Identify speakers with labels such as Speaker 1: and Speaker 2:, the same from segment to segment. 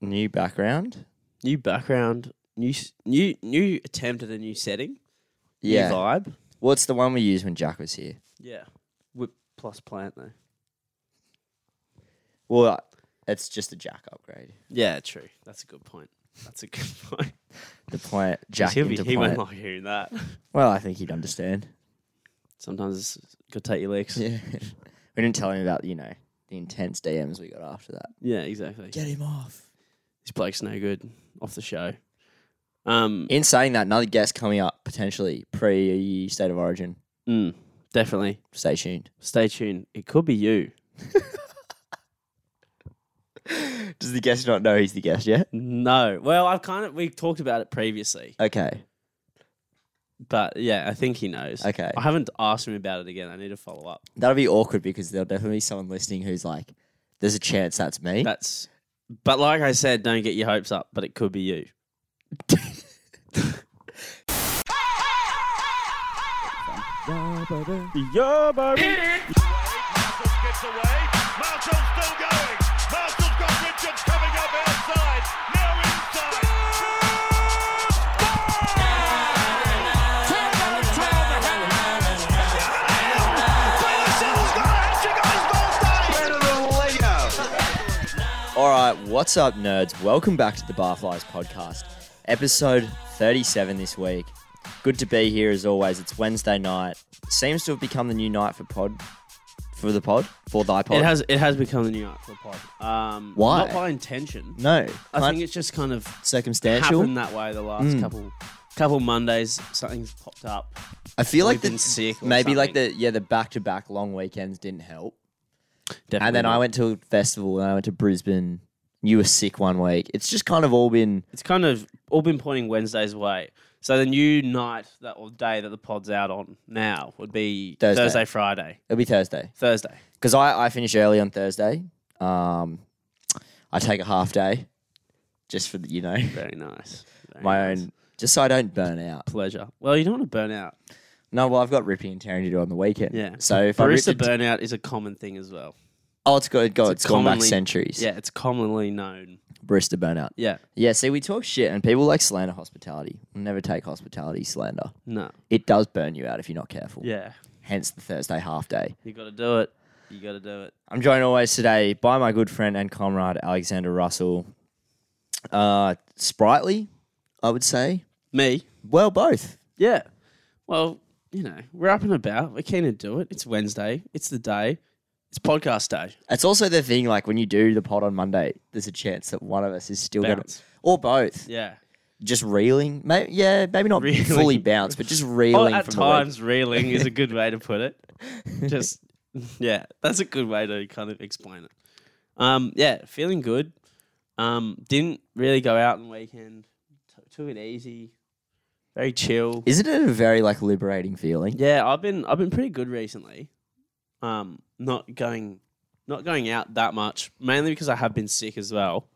Speaker 1: new background.
Speaker 2: New background, new s- new new attempt at a new setting,
Speaker 1: Yeah.
Speaker 2: new vibe.
Speaker 1: What's the one we used when Jack was here?
Speaker 2: Yeah, whip plus plant though.
Speaker 1: Well, it's just a Jack upgrade.
Speaker 2: Yeah, true. That's a good point. That's a good point. 'Cause
Speaker 1: The plant Jack
Speaker 2: he'll be-
Speaker 1: into
Speaker 2: he
Speaker 1: plant.
Speaker 2: won't like hearing that.
Speaker 1: Well, I think he'd understand.
Speaker 2: Sometimes it's got to take your legs. Yeah,
Speaker 1: Yeah. we didn't tell him about you know the intense DMs we got after that.
Speaker 2: exactly.
Speaker 1: him off.
Speaker 2: This bloke's no good off the show. Um,
Speaker 1: In saying that, another guest coming up potentially pre State of Origin.
Speaker 2: mm, definitely.
Speaker 1: Stay tuned.
Speaker 2: Stay tuned. It could be you.
Speaker 1: Does the guest not know he's the guest yet?
Speaker 2: No. Well, I've kind of we talked about it previously,
Speaker 1: Okay.
Speaker 2: but yeah, I think he knows.
Speaker 1: Okay.
Speaker 2: I haven't asked him about it again. I need to follow up.
Speaker 1: That'll be awkward because there'll definitely be someone listening who's like, "There's a chance that's me."
Speaker 2: That's. But like I said, don't get your hopes up. But it could be you.
Speaker 3: Marshalls gets away. Marshall's still going. Marshall's got Richards coming up outside. Now inside. Marshall's got a hat-trick on his birthday.
Speaker 1: All right, what's up, nerds? Welcome back to the Barflies podcast, episode 37 this week. Good to be here as always. It's Wednesday night. Seems to have become the new night for pod, for the pod, for thy pod.
Speaker 2: It has. It has become the new art for the pod. Um,
Speaker 1: Why?
Speaker 2: Not by intention.
Speaker 1: no.
Speaker 2: I
Speaker 1: kind
Speaker 2: think it's just kind of
Speaker 1: circumstantial.
Speaker 2: happened that way the last
Speaker 1: Hmm.
Speaker 2: couple couple Mondays. Something's popped up.
Speaker 1: I feel like
Speaker 2: we've
Speaker 1: the,
Speaker 2: been sick or
Speaker 1: maybe like
Speaker 2: something.
Speaker 1: the yeah the back to back long weekends didn't help.
Speaker 2: Definitely
Speaker 1: And then I
Speaker 2: not.
Speaker 1: went to a festival and I went to Brisbane. You were sick one week. It's just kind of all been
Speaker 2: It's kind of all been pointing Wednesday's way. So the new night that or day that the pod's out on now would be
Speaker 1: Thursday.
Speaker 2: Thursday, Friday,
Speaker 1: it'll be Thursday
Speaker 2: Thursday.
Speaker 1: because I I finish early on Thursday. Um, I take a half day just for the, you know
Speaker 2: Very nice. Very
Speaker 1: my
Speaker 2: nice.
Speaker 1: own just so I don't burn out.
Speaker 2: pleasure. Well, you don't want to burn out.
Speaker 1: No, well I've got ripping and tearing to do on the weekend.
Speaker 2: Yeah.
Speaker 1: So if I ripped
Speaker 2: Barista
Speaker 1: it,
Speaker 2: burnout is a common thing as well.
Speaker 1: oh it's got, got it's
Speaker 2: a
Speaker 1: gone back
Speaker 2: commonly-
Speaker 1: centuries.
Speaker 2: Yeah, it's commonly known.
Speaker 1: Barista burnout.
Speaker 2: Yeah.
Speaker 1: Yeah. See, we talk shit and people like slander hospitality. Never take hospitality slander.
Speaker 2: No.
Speaker 1: It does burn you out if you're not careful.
Speaker 2: Yeah.
Speaker 1: Hence the Thursday half day.
Speaker 2: You got to do it. You got to do it.
Speaker 1: I'm joined always today by my good friend and comrade Alexander Russell. Uh, sprightly, I would say.
Speaker 2: Me.
Speaker 1: Well, both.
Speaker 2: Yeah. Well, you know, we're up and about. We're keen to do it. It's Wednesday. It's the day. It's podcast day.
Speaker 1: It's also the thing, like when you do the pod on Monday, there's a chance that one of us is still going to,
Speaker 2: Bounce.
Speaker 1: or both,
Speaker 2: Yeah.
Speaker 1: just reeling. Maybe, yeah, maybe not
Speaker 2: Reeling.
Speaker 1: fully bounce, but just reeling
Speaker 2: Oh, at
Speaker 1: from
Speaker 2: times, reeling is a good way to put it. Just yeah, that's a good way to kind of explain it. Um, yeah, feeling good. Um, didn't really go out on the weekend. T- took it easy, very chill.
Speaker 1: the week. Isn't it a very like liberating feeling?
Speaker 2: Yeah, I've been I've been pretty good recently. Um, not going not going out that much, mainly because I have been sick as well.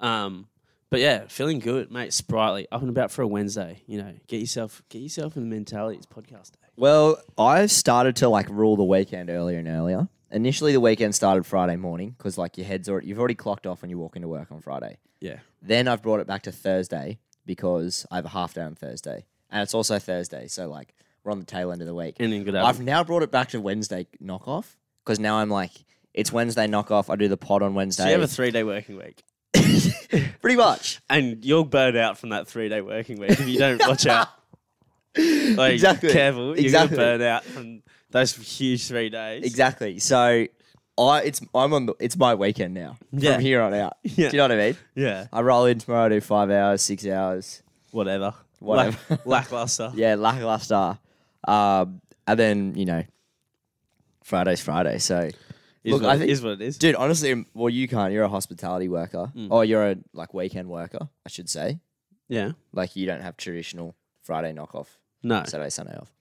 Speaker 2: Um, but yeah, feeling good, mate. Sprightly, up and about for a Wednesday. You know, get yourself get yourself in the mentality. It's podcast day.
Speaker 1: Well, I've started to like rule the weekend earlier and earlier. Initially, the weekend started Friday morning because like your head's already you've already clocked off when you walk into work on Friday.
Speaker 2: Yeah,
Speaker 1: Then I've brought it back to Thursday because I have a half day on Thursday, and it's also Thursday, so like we're on the tail end of the week.
Speaker 2: ending good.
Speaker 1: I've now brought it back to Wednesday knockoff because now I'm like it's Wednesday knockoff. I do the pod on Wednesday,
Speaker 2: So you have a three day working week,
Speaker 1: pretty much
Speaker 2: and you'll burn out from that three day working week if you don't watch out. Like,
Speaker 1: Exactly.
Speaker 2: Careful, you're
Speaker 1: Exactly.
Speaker 2: gonna burn out from those huge three days.
Speaker 1: exactly. So I it's I'm on the it's my weekend now
Speaker 2: Yeah.
Speaker 1: from here on out.
Speaker 2: Yeah.
Speaker 1: Do you know what I mean?
Speaker 2: Yeah.
Speaker 1: I roll in tomorrow, I do five hours, six hours.
Speaker 2: Whatever.
Speaker 1: Whatever.
Speaker 2: Lack- lackluster.
Speaker 1: Yeah, lackluster. Um, and then you know, Friday's Friday. So,
Speaker 2: Is
Speaker 1: Look,
Speaker 2: what,
Speaker 1: I think-
Speaker 2: is what it is.
Speaker 1: dude, honestly, well, you can't. You're a hospitality worker,
Speaker 2: Mm.
Speaker 1: or you're a like weekend worker, I should say.
Speaker 2: Yeah.
Speaker 1: Like you don't have traditional Friday knockoff,
Speaker 2: No.
Speaker 1: Saturday, Sunday off.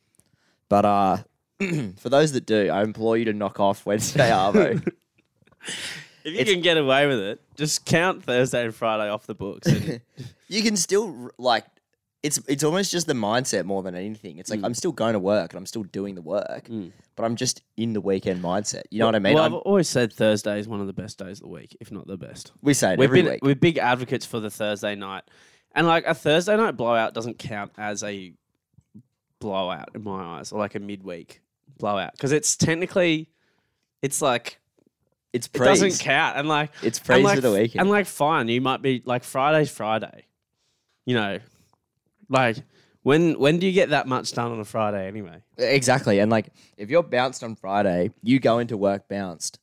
Speaker 1: But uh, for those that do, I implore you to knock off Wednesday, Arvo.
Speaker 2: If you can get away with it, just count Thursday and Friday off the books. And
Speaker 1: you can still like it's it's almost just the mindset more than anything.
Speaker 2: Mm.
Speaker 1: It's like I'm still going to work and I'm still doing the work, but I'm just in the weekend mindset. You know what I mean?
Speaker 2: well, I've
Speaker 1: I'm-
Speaker 2: always said Thursday is one of the best days of the week, if not the best.
Speaker 1: we say it
Speaker 2: We've
Speaker 1: every
Speaker 2: been,
Speaker 1: week.
Speaker 2: We're big advocates for the Thursday night, and like a Thursday night blowout doesn't count as a blowout in my eyes, or like a midweek blowout, because it's technically, it's like
Speaker 1: it's
Speaker 2: it
Speaker 1: praise.
Speaker 2: doesn't count, and like
Speaker 1: It's
Speaker 2: and
Speaker 1: praise
Speaker 2: like,
Speaker 1: for the weekend.
Speaker 2: and like fine, you might be like Friday's Friday, you know, like when when do you get that much done on a Friday anyway?
Speaker 1: Exactly. And like if you're bounced on Friday, you go into work bounced.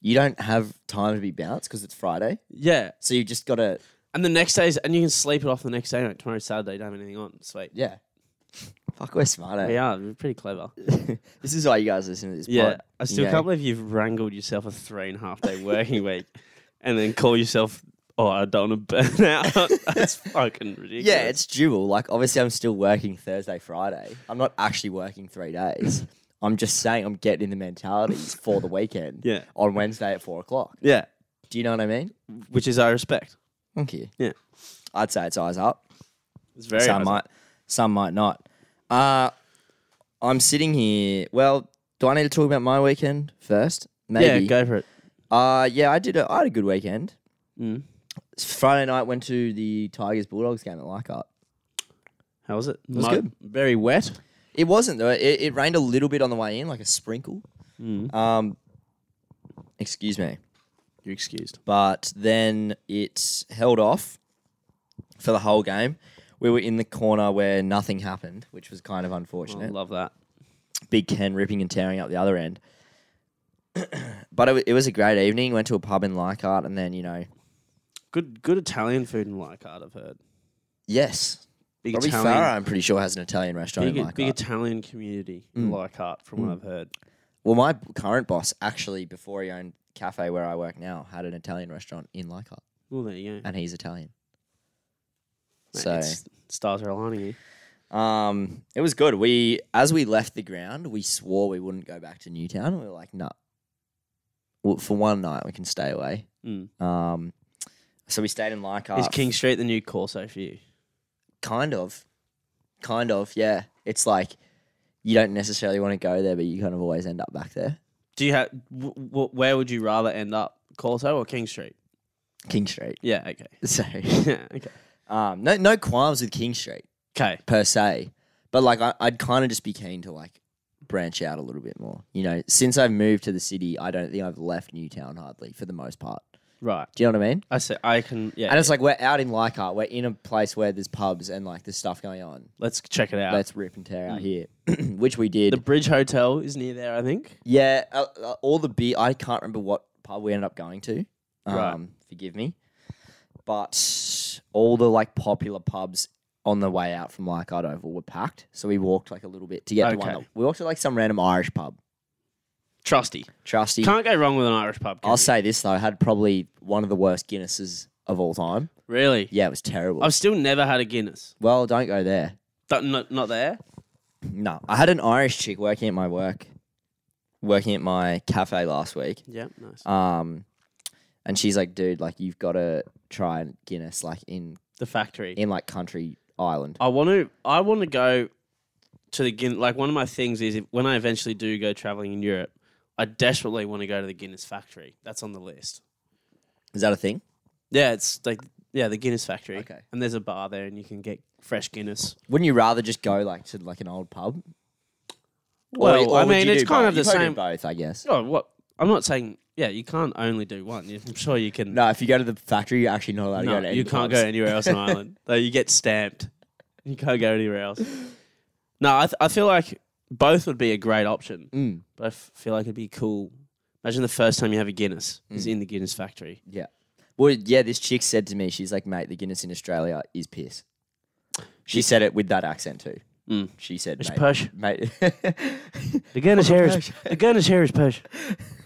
Speaker 1: You don't have time to be bounced because it's Friday.
Speaker 2: Yeah,
Speaker 1: So you just gotta
Speaker 2: and the next day's and you can sleep it off the next day. Like, tomorrow's Saturday, don't have anything on. Sweet.
Speaker 1: yeah. Fuck we're smart. eh?
Speaker 2: We are we're pretty clever.
Speaker 1: This is why you guys listen to this
Speaker 2: Yeah,
Speaker 1: pod.
Speaker 2: I still
Speaker 1: Yeah.
Speaker 2: can't believe you've wrangled yourself a three and a half day working week, and then call yourself. Oh, I don't want to burn out. That's fucking ridiculous.
Speaker 1: Yeah, it's dual. Like obviously I'm still working Thursday, Friday. I'm not actually working three days. I'm just saying I'm getting the mentalities for the weekend.
Speaker 2: Yeah.
Speaker 1: On Wednesday at four o'clock.
Speaker 2: yeah,
Speaker 1: Do you know what I mean?
Speaker 2: which is I respect.
Speaker 1: Thank you.
Speaker 2: Yeah.
Speaker 1: I'd say it's eyes up.
Speaker 2: It's very.
Speaker 1: some might, some might not. Uh, I'm sitting here. Well, do I need to talk about my weekend first?
Speaker 2: yeah,
Speaker 1: Maybe.
Speaker 2: go for it.
Speaker 1: Uh, yeah, I did. A, I had a good weekend.
Speaker 2: Mm.
Speaker 1: Friday night went to the Tigers Bulldogs game at Leichhardt.
Speaker 2: How was it? It
Speaker 1: was good.
Speaker 2: Very wet.
Speaker 1: It wasn't though. It, it rained a little bit on the way in, like a sprinkle.
Speaker 2: Mm.
Speaker 1: Um, excuse me.
Speaker 2: You're excused.
Speaker 1: But then it held off for the whole game. We were in the corner where nothing happened, which was kind of
Speaker 2: I
Speaker 1: unfortunate.
Speaker 2: Oh, love that.
Speaker 1: Big Ken ripping and tearing up the other end. but it, wa- it was a great evening. Went to a pub in Leichhardt, and then you know,
Speaker 2: Good, good Italian food in Leichhardt. I've heard.
Speaker 1: yes,
Speaker 2: Big
Speaker 1: Robbie
Speaker 2: Italian,
Speaker 1: Farah, I'm pretty sure has an Italian restaurant in
Speaker 2: big,
Speaker 1: Leichhardt.
Speaker 2: big Italian community in Leichhardt, from what I've heard.
Speaker 1: well, my current boss actually, before he owned cafe where I work now, had an Italian restaurant in Leichhardt,
Speaker 2: Well, there you go.
Speaker 1: and he's Italian.
Speaker 2: Mate,
Speaker 1: so
Speaker 2: it's- stars are aligning here.
Speaker 1: um, it was good. We as we left the ground, we swore we wouldn't go back to Newtown. We were like, no. Well, for one night, we can stay away.
Speaker 2: Mm.
Speaker 1: Um, so we stayed in Leichhardt.
Speaker 2: Is King Street the new Corso for you?
Speaker 1: Kind of. Kind of, yeah. It's like you don't necessarily want to go there, but you kind of always end up back there.
Speaker 2: Do you have w- w- where would you rather end up, Corso or King Street?
Speaker 1: King Street.
Speaker 2: Yeah, okay,
Speaker 1: So
Speaker 2: yeah, okay,
Speaker 1: um no no qualms with King Street
Speaker 2: okay.
Speaker 1: per se. But like I, I'd kind of just be keen to like branch out a little bit more. You know, since I've moved to the city, I don't think I've left Newtown hardly for the most part.
Speaker 2: Right,
Speaker 1: Do you know what I mean?
Speaker 2: I see. I can. Yeah,
Speaker 1: And it's like we're out in Leichhardt, we're in a place where there's pubs and like there's stuff going on.
Speaker 2: let's check it out.
Speaker 1: Let's rip and tear out here, which we did.
Speaker 2: the Bridge Hotel is near there, I think.
Speaker 1: Yeah, uh, uh, all the beer. I can't remember what pub we ended up going to. Um,
Speaker 2: Right.
Speaker 1: Forgive me, but all the like popular pubs on the way out from Leichhardt Oval were packed. So we walked like a little bit to get to one.
Speaker 2: Okay.
Speaker 1: That, we walked to like some random Irish pub.
Speaker 2: Trusty.
Speaker 1: Trusty.
Speaker 2: Can't go wrong with an Irish pub. can
Speaker 1: I'll
Speaker 2: you?
Speaker 1: say this though, I had probably one of the worst Guinnesses of all time.
Speaker 2: really.
Speaker 1: Yeah, it was terrible.
Speaker 2: I've still never had a Guinness.
Speaker 1: well, don't go there.
Speaker 2: Don't- Not, not there.
Speaker 1: No, I had an Irish chick working at my work, working at my cafe last week.
Speaker 2: Yeah, nice.
Speaker 1: Um, and she's like, dude, like you've got to try Guinness, like in
Speaker 2: the factory.
Speaker 1: in like country Ireland.
Speaker 2: I want to. I want to go to the Guinness. Like one of my things is if, when I eventually do go traveling in Europe, I desperately want to go to the Guinness factory. That's on the list.
Speaker 1: Is that a thing?
Speaker 2: Yeah, it's like yeah, the Guinness factory.
Speaker 1: Okay.
Speaker 2: And there's a bar there, and you can get fresh Guinness.
Speaker 1: Wouldn't you rather just go like to like an old pub?
Speaker 2: Well, I
Speaker 1: would
Speaker 2: mean,
Speaker 1: you
Speaker 2: it's
Speaker 1: do
Speaker 2: kind
Speaker 1: both?
Speaker 2: of the
Speaker 1: You probably do
Speaker 2: same-
Speaker 1: Both, I guess.
Speaker 2: Oh, what? I'm not saying. Yeah, you can't only do one. You- I'm sure you can.
Speaker 1: No, if you go to the factory, you're actually not allowed
Speaker 2: no,
Speaker 1: to go. To
Speaker 2: you can't go anywhere else in Ireland. Though you get stamped. You can't go anywhere else. No, I, th- I feel like both would be a great option,
Speaker 1: Mm.
Speaker 2: but I f- feel like it'd be cool. Imagine the first time you have a Guinness
Speaker 1: Mm.
Speaker 2: is in the Guinness factory.
Speaker 1: Yeah. Well, yeah. This chick said to me, she's like, mate, the Guinness in Australia is piss. She said it with that accent too.
Speaker 2: Mm.
Speaker 1: She said,
Speaker 2: It's
Speaker 1: mate,
Speaker 2: push.
Speaker 1: mate.
Speaker 2: The Guinness here is the Guinness here is push.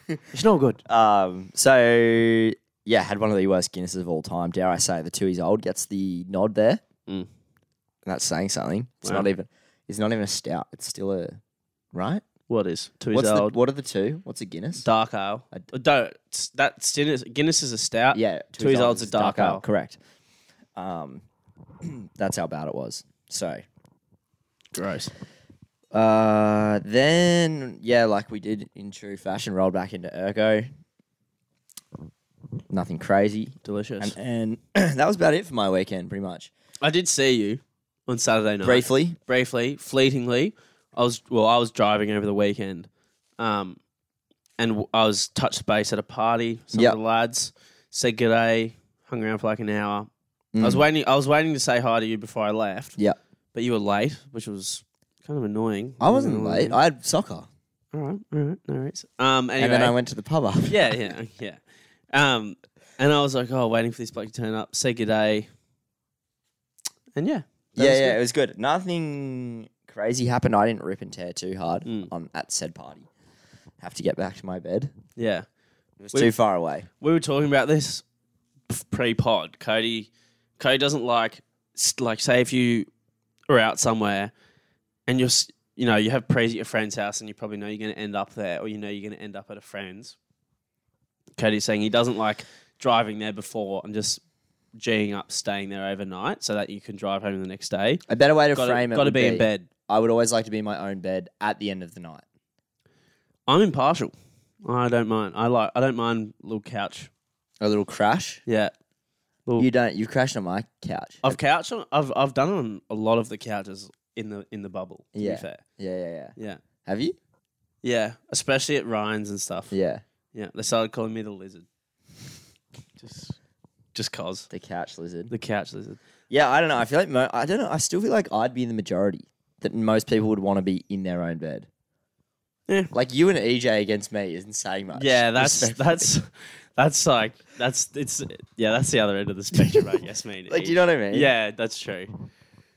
Speaker 2: It's no good.
Speaker 1: Um, so yeah, had one of the worst Guinnesses of all time. Dare I say, the two he's old gets the nod there. And
Speaker 2: Mm.
Speaker 1: that's saying something. It's
Speaker 2: Wow.
Speaker 1: not even. It's not even a stout. It's still a right.
Speaker 2: What is two years
Speaker 1: What's the,
Speaker 2: old?
Speaker 1: what are the two? What's a Guinness?
Speaker 2: dark ale. Uh, Don't that's Guinness. Guinness is a stout.
Speaker 1: yeah,
Speaker 2: two years old's
Speaker 1: is
Speaker 2: a dark ale.
Speaker 1: Correct. Um, that's how bad it was. So
Speaker 2: Gross.
Speaker 1: Uh, then yeah, like we did in true fashion, rolled back into Ergo. Nothing crazy,
Speaker 2: Delicious.
Speaker 1: and, and that was about it for my weekend, pretty much.
Speaker 2: I did see you on Saturday night.
Speaker 1: Briefly,
Speaker 2: briefly, fleetingly. I was well, I was driving over the weekend, um, and w- I was touched base at a party. Some
Speaker 1: Yep.
Speaker 2: of the lads said g'day, hung around for like an hour. I was
Speaker 1: Mm.
Speaker 2: waiting. I was waiting to say hi to you before I left.
Speaker 1: Yep.
Speaker 2: but you were late, which was kind of annoying. Mm,
Speaker 1: I wasn't late. I had soccer,
Speaker 2: all right, all right, no worries. Um, anyway,
Speaker 1: and then I went to the pub after.
Speaker 2: yeah, yeah, yeah. Um, and I was like, oh, waiting for this bloke to turn up, say g'day, and yeah, that
Speaker 1: yeah,
Speaker 2: was
Speaker 1: yeah,
Speaker 2: good.
Speaker 1: it was good. Nothing crazy happened. I didn't rip and tear too hard
Speaker 2: Mm.
Speaker 1: on at said party. Have to get back to my bed.
Speaker 2: yeah.
Speaker 1: It was
Speaker 2: We-
Speaker 1: too far away.
Speaker 2: we were talking about this pre-pod. Cody, Cody doesn't like s- like say if you are out somewhere and you're s- you know you have prayers at your friend's house and you probably know you're going to end up there or you know you're going to end up at a friend's. Cody's saying he doesn't like driving there before and just g'ing up staying there overnight so that you can drive home the next day.
Speaker 1: A better way to
Speaker 2: Got
Speaker 1: frame it.
Speaker 2: to
Speaker 1: would
Speaker 2: be, in bed.
Speaker 1: I would always like to be in my own bed at the end of the night.
Speaker 2: I'm impartial. I don't mind. I like. I don't mind little couch.
Speaker 1: A little crash.
Speaker 2: Yeah. Little-
Speaker 1: You don't. You've crashed on my couch.
Speaker 2: I've couch on. I've I've done it on a lot of the couches in the in the bubble. To
Speaker 1: Yeah.
Speaker 2: be fair,
Speaker 1: Yeah, yeah, yeah.
Speaker 2: yeah,
Speaker 1: Have you?
Speaker 2: yeah, especially at Ryan's and stuff. Yeah,
Speaker 1: Yeah,
Speaker 2: they started calling me the lizard, just just cause
Speaker 1: the couch lizard.
Speaker 2: the couch lizard.
Speaker 1: Yeah, I don't know. I feel like mo- I don't know. I still feel like I'd be in the majority that most people would want to be in their own bed.
Speaker 2: Yeah.
Speaker 1: Like you and EJ against me isn't saying much.
Speaker 2: Yeah, that's
Speaker 1: respectfully.
Speaker 2: that's that's like that's it's yeah that's the other end of the spectrum, I guess. Mate,
Speaker 1: like you know what I mean.
Speaker 2: yeah, that's true.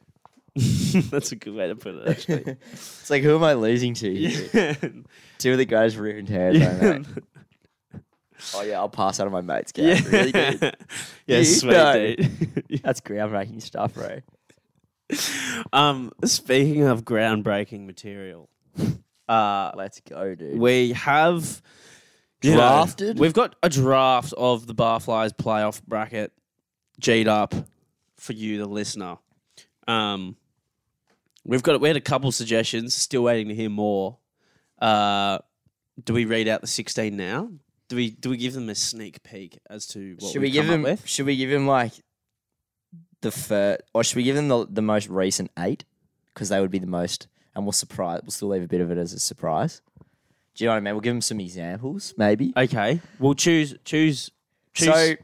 Speaker 2: that's a good way to put it. Actually,
Speaker 1: It's like who am I losing to? here?
Speaker 2: yeah.
Speaker 1: Two of the greatest rip and tears. I know. Oh yeah, I'll pass out of my mates. Gav. Yeah. Really good.
Speaker 2: yeah,
Speaker 1: You
Speaker 2: sweet
Speaker 1: know.
Speaker 2: dude.
Speaker 1: That's groundbreaking stuff, bro.
Speaker 2: Um, speaking of groundbreaking material, uh,
Speaker 1: Let's go, dude.
Speaker 2: we have you know,
Speaker 1: Drafted?
Speaker 2: we've got a draft of the Barflies playoff bracket G'd up for you, the listener. Um, we've got we had a couple suggestions. Still waiting to hear more. Uh, do we read out the sixteen now? Do we do we give them a sneak peek as to what
Speaker 1: should
Speaker 2: we
Speaker 1: we give
Speaker 2: come up
Speaker 1: him?
Speaker 2: with?
Speaker 1: Should we give him like the first, or should we give him the, the most recent eight? Because they would be the most, and we'll surprise. We'll still leave a bit of it as a surprise. Do you know what I mean? We'll give him some examples, maybe.
Speaker 2: Okay, we'll choose choose choose.
Speaker 1: So I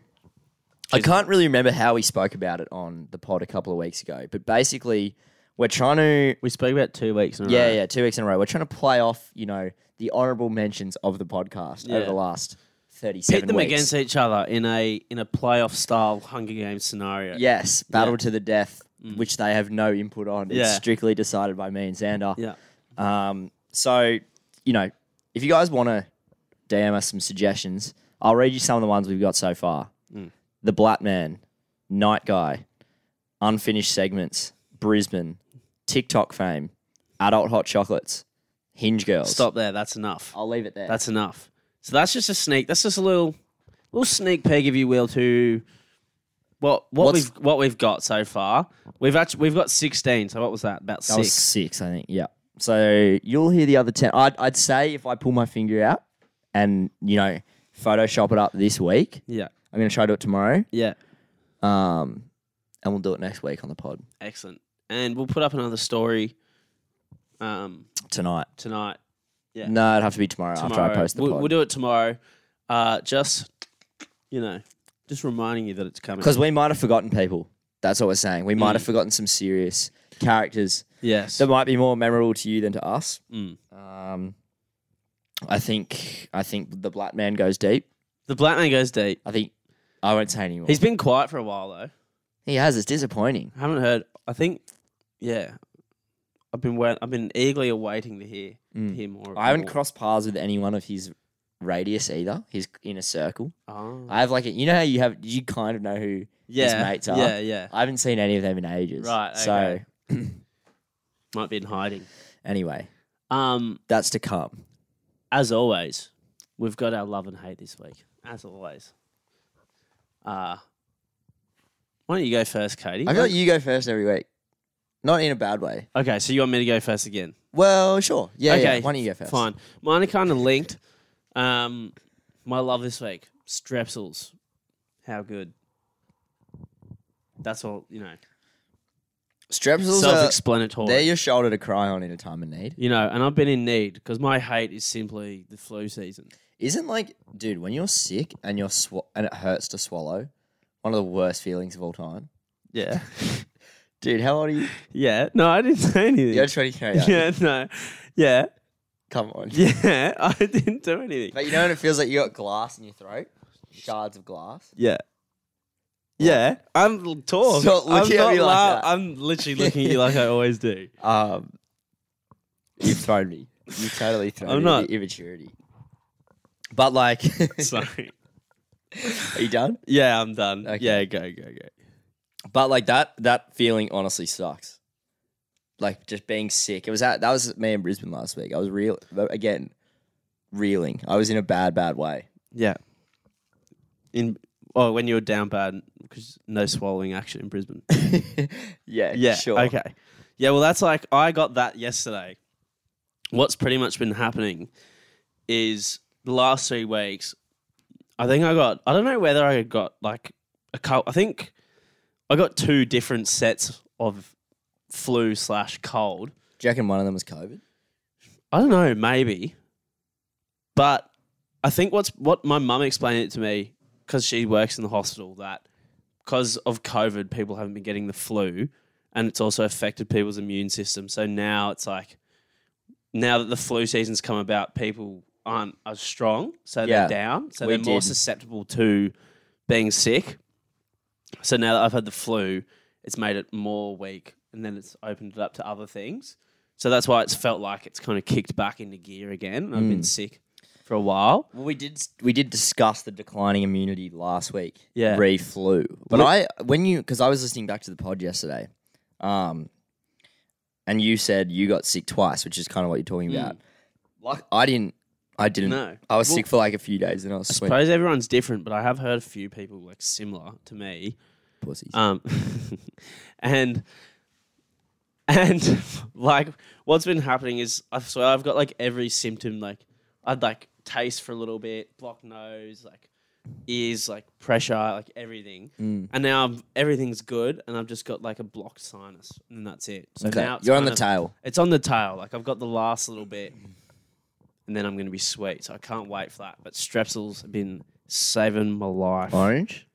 Speaker 2: Choose-
Speaker 1: can't really remember how we spoke about it on the pod a couple of weeks ago, but basically we're trying to
Speaker 2: we spoke about two weeks. In a
Speaker 1: yeah
Speaker 2: row.
Speaker 1: yeah two weeks in a row we're trying to play off you know the honourable mentions of the podcast over
Speaker 2: Yeah.
Speaker 1: the last thirty seven
Speaker 2: pit them
Speaker 1: weeks.
Speaker 2: against each other in a in a playoff style Hunger Games scenario.
Speaker 1: Yes, battle to the death, which they have no input on. It's
Speaker 2: Mm. Yeah.
Speaker 1: strictly decided by me and Xander.
Speaker 2: yeah,
Speaker 1: Um, so, you know, if you guys want to DM us some suggestions, I'll read you some of the ones we've got so far.
Speaker 2: Mm.
Speaker 1: The Black Man, Night Guy, Unfinished Segments, Brisbane, TikTok Fame, Adult Hot Chocolates, Hinge Girls.
Speaker 2: Stop there. That's enough.
Speaker 1: I'll leave it there.
Speaker 2: That's enough. So that's just a sneak. That's just a little little sneak peek, if you will, to what what
Speaker 1: What's-
Speaker 2: we've what we've got so far. We've actually we've got sixteen. So what was that? About
Speaker 1: that
Speaker 2: six.
Speaker 1: was six, I think. Yeah. So you'll hear the other ten. I'd, I'd say if I pull my finger out and you know Photoshop it up this week,
Speaker 2: yeah.
Speaker 1: I'm gonna try to do it tomorrow.
Speaker 2: Yeah.
Speaker 1: Um, and we'll do it next week on the pod
Speaker 2: Excellent. And we'll put up another story um,
Speaker 1: tonight.
Speaker 2: tonight. Yeah.
Speaker 1: No, it'd have to be tomorrow, after I
Speaker 2: tomorrow.
Speaker 1: post the
Speaker 2: we'll,
Speaker 1: pod
Speaker 2: we'll do it tomorrow. Uh, just you know, just reminding you that it's coming.
Speaker 1: because we might have forgotten people. That's what we're saying. We
Speaker 2: Mm.
Speaker 1: might have forgotten some serious characters
Speaker 2: yes,
Speaker 1: that might be more memorable to you than to us.
Speaker 2: Mm.
Speaker 1: Um, I think I think the black man goes deep.
Speaker 2: the black man goes deep.
Speaker 1: I think I won't say anymore.
Speaker 2: He's been quiet for a while though.
Speaker 1: he has. It's disappointing.
Speaker 2: I haven't heard. I think, yeah, I've been wait, I've been eagerly awaiting to hear to hear more.
Speaker 1: Mm. I haven't
Speaker 2: more.
Speaker 1: crossed paths with any one of his radius either. His inner circle.
Speaker 2: Oh.
Speaker 1: I have like a, you know how you have you kind of know who
Speaker 2: yeah,
Speaker 1: his mates are.
Speaker 2: yeah, yeah.
Speaker 1: I haven't seen any of them in ages.
Speaker 2: Right,
Speaker 1: So
Speaker 2: okay. Might be in hiding.
Speaker 1: anyway,
Speaker 2: Um,
Speaker 1: that's to come.
Speaker 2: as always, we've got our love and hate this week. As always. Uh why don't you go first, Katie?
Speaker 1: I feel like you go first every week. Not in a bad way.
Speaker 2: Okay, so you want me to go first again?
Speaker 1: Well, sure. Yeah,
Speaker 2: okay,
Speaker 1: yeah. Why don't you go first?
Speaker 2: Fine. Mine are kind of linked. Um, my love this week, Strepsils. How good. That's all, you know,
Speaker 1: Strepsils
Speaker 2: self
Speaker 1: are,
Speaker 2: explanatory.
Speaker 1: they're your shoulder to cry on in a time of need.
Speaker 2: you know, and I've been in need because my hate is simply the flu season.
Speaker 1: Isn't like, dude, when you're sick and you're sw- and it hurts to swallow, one of the worst feelings of all time.
Speaker 2: Yeah.
Speaker 1: Dude, how old are you?
Speaker 2: yeah. No, I didn't say anything.
Speaker 1: You're 23.
Speaker 2: yeah. no. Yeah.
Speaker 1: Come on.
Speaker 2: Yeah. I didn't do anything.
Speaker 1: But you know when it feels like you got glass in your throat? Shards of glass.
Speaker 2: Yeah. Yeah, I'm torn.
Speaker 1: Stop
Speaker 2: I'm,
Speaker 1: looking at
Speaker 2: not
Speaker 1: me like
Speaker 2: la-
Speaker 1: that.
Speaker 2: I'm literally looking at you like I always do.
Speaker 1: Um, you've thrown me. You totally thrown
Speaker 2: I'm
Speaker 1: me.
Speaker 2: not.
Speaker 1: with your immaturity. But like,
Speaker 2: Sorry.
Speaker 1: are you done?
Speaker 2: Yeah, I'm done.
Speaker 1: Okay.
Speaker 2: Yeah, go, go, go.
Speaker 1: But like that, that feeling honestly sucks. Like just being sick. It was at, that was me in Brisbane last week. I was real again, reeling. I was in a bad, bad way.
Speaker 2: Yeah. In oh, when you were down bad because no swallowing action in Brisbane.
Speaker 1: yeah,
Speaker 2: Yeah.
Speaker 1: sure.
Speaker 2: Okay. Yeah. Well, that's like I got that yesterday. What's pretty much been happening is the last three weeks. I think I got. I don't know whether I got like a cold. I think I got two different sets of flu slash cold.
Speaker 1: Do you reckon one of them was COVID?
Speaker 2: I don't know, maybe. But I think what's what my mum explained it to me because she works in the hospital that because of COVID, people haven't been getting the flu, and it's also affected people's immune system. So now it's like, now that the flu season's come about, people aren't as strong, so
Speaker 1: Yeah,
Speaker 2: they're down, so
Speaker 1: we
Speaker 2: they're more
Speaker 1: did.
Speaker 2: susceptible to being sick. So now that I've had the flu, it's made it more weak, and then it's opened it up to other things. So that's why it's felt like it's kind of kicked back into gear again. I've
Speaker 1: Hmm.
Speaker 2: been sick for a while.
Speaker 1: Well, we did we did discuss the declining immunity last week.
Speaker 2: Yeah.
Speaker 1: re flu. But
Speaker 2: Look-
Speaker 1: I when you because I was listening back to the pod yesterday, um, and you said you got sick twice, which is kind of what you're talking about. Like I didn't, I didn't.
Speaker 2: Hmm. No.
Speaker 1: I was
Speaker 2: Well-
Speaker 1: sick for like a few days, and I was sweating
Speaker 2: suppose everyone's different, but I have heard a few people like similar to me.
Speaker 1: pussies.
Speaker 2: Um, and and like what's been happening is I swear I've got like every symptom. Like I'd like taste for a little bit, blocked nose, like ears, like pressure, like everything.
Speaker 1: Mm.
Speaker 2: And now I'm, everything's good, and I've just got like a blocked sinus, and that's it. So
Speaker 1: okay,
Speaker 2: now it's
Speaker 1: you're on the
Speaker 2: kinda-
Speaker 1: tail.
Speaker 2: it's on the tail. Like I've got the last little bit, and then I'm going to be sweet. So I can't wait for that. But Strepsils have been saving my life.
Speaker 1: Orange.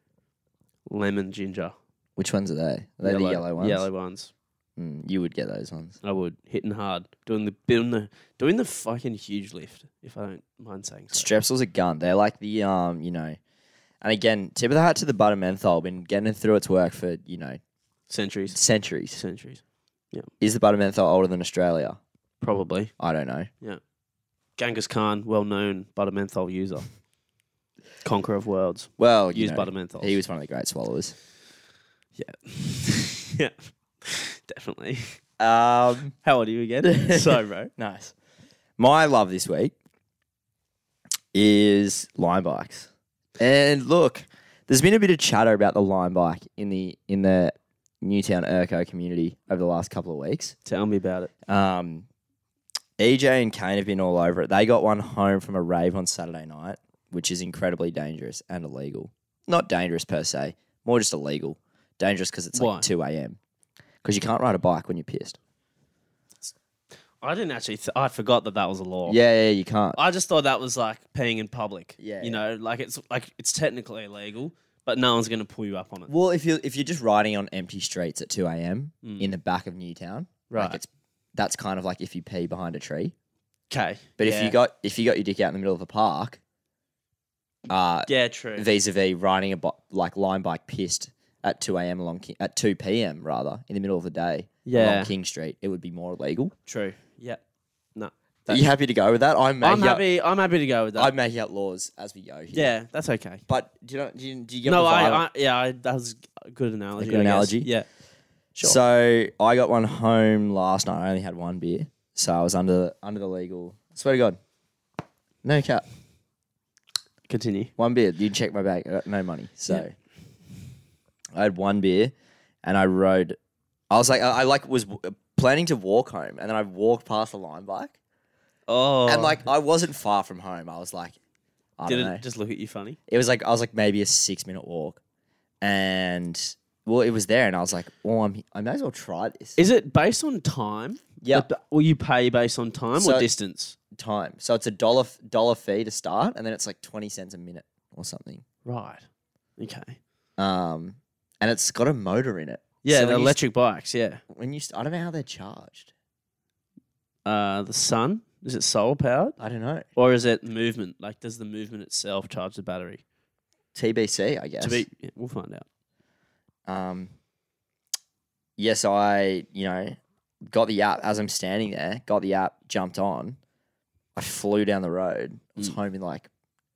Speaker 2: Lemon ginger.
Speaker 1: Which ones are they? Are they the yellow ones?
Speaker 2: Yellow ones.
Speaker 1: Mm, you would get those ones.
Speaker 2: I would hitting hard, doing the doing the doing the fucking huge lift. If I don't mind saying so.
Speaker 1: Strepsils are gun. They're like the um, you know. And again, tip of the hat to the butter menthol. Been getting it through its work for you know
Speaker 2: centuries,
Speaker 1: centuries.
Speaker 2: centuries,
Speaker 1: Is the butter menthol older than Australia?
Speaker 2: probably.
Speaker 1: I don't know.
Speaker 2: Genghis Khan, well known butter menthol user, conqueror of worlds,
Speaker 1: Well, you
Speaker 2: used
Speaker 1: know,
Speaker 2: butter menthol.
Speaker 1: he was one of the great swallowers.
Speaker 2: yeah, yeah, definitely.
Speaker 1: Um,
Speaker 2: How old are you again? so, bro.
Speaker 1: nice. My love this week is line bikes, and look, there's been a bit of chatter about the line bike in the in the Newtown Urco community over the last couple of weeks.
Speaker 2: Tell me about it.
Speaker 1: Um, EJ and Kane have been all over it. They got one home from a rave on Saturday night, which is incredibly dangerous and illegal. Not dangerous per se, more just illegal. Dangerous because it's like
Speaker 2: Why?
Speaker 1: 2 a.m. Because you can't ride a bike when you're pissed.
Speaker 2: I didn't actually. Th- I forgot that that was a law.
Speaker 1: Yeah, yeah, you can't.
Speaker 2: I just thought that was like peeing in public.
Speaker 1: Yeah, yeah.
Speaker 2: You know, like it's like it's technically illegal, but no one's gonna pull you up on it.
Speaker 1: Well, if you if you're just riding on empty streets at 2 a.m. in the back of Newtown,
Speaker 2: Hmm. Right.
Speaker 1: Like it's that's kind of like if you pee behind a tree.
Speaker 2: Okay.
Speaker 1: But if you got if you got your dick out in the middle of a park, uh,
Speaker 2: yeah, true.
Speaker 1: vis-a-vis riding a bi- like line bike pissed at 2 a.m. along Ki- at 2 p.m. rather in the middle of the day
Speaker 2: Yeah.
Speaker 1: along King Street, it would be more illegal.
Speaker 2: True. Yeah. No.
Speaker 1: Are you happy to go with that? I'm making
Speaker 2: I'm
Speaker 1: Up,
Speaker 2: happy. I'm happy to go with that.
Speaker 1: I'm making up laws as we go. Here.
Speaker 2: yeah, that's okay.
Speaker 1: but do you know? Do you, do you get
Speaker 2: No,
Speaker 1: the vibe?
Speaker 2: I, I. Yeah, I, that was a good analogy.
Speaker 1: good
Speaker 2: I guess.
Speaker 1: analogy?
Speaker 2: Yeah. Sure.
Speaker 1: So I got one home last night. I only had one beer, so I was under under the legal. Swear to God, no cap,
Speaker 2: Continue.
Speaker 1: one beer. You check my uh, bag, I got no money. So I had one beer, and I rode I was like, I, I like was w- uh, planning to walk home, and then I walked past the line bike,
Speaker 2: Oh,
Speaker 1: and like I wasn't far from home. I was like, I
Speaker 2: did
Speaker 1: don't know.
Speaker 2: it just look at you funny?
Speaker 1: it was like I was like maybe a six minute walk, and well, it was there, and I was like, oh, I'm, I may as well try this
Speaker 2: Is it based on time?
Speaker 1: Yeah.
Speaker 2: Like, Will you pay based on time
Speaker 1: So-
Speaker 2: or distance?
Speaker 1: time. So it's a dollar f- dollar fee to start, and then it's like twenty cents a minute or something.
Speaker 2: Right. Okay.
Speaker 1: Um, and it's got a motor in it.
Speaker 2: Yeah,
Speaker 1: So
Speaker 2: the
Speaker 1: when you s-
Speaker 2: electric bikes. Yeah.
Speaker 1: when you, st- I don't know how they're charged.
Speaker 2: Uh, the sun is it solar powered
Speaker 1: I don't know.
Speaker 2: or is it movement? Like, does the movement itself charge the battery?
Speaker 1: TBC, I guess.
Speaker 2: To be, yeah, we'll find out.
Speaker 1: um, yes, I, you know, got the app as I'm standing there, got the app, jumped on. I flew down the road. I was
Speaker 2: Mm.
Speaker 1: home in like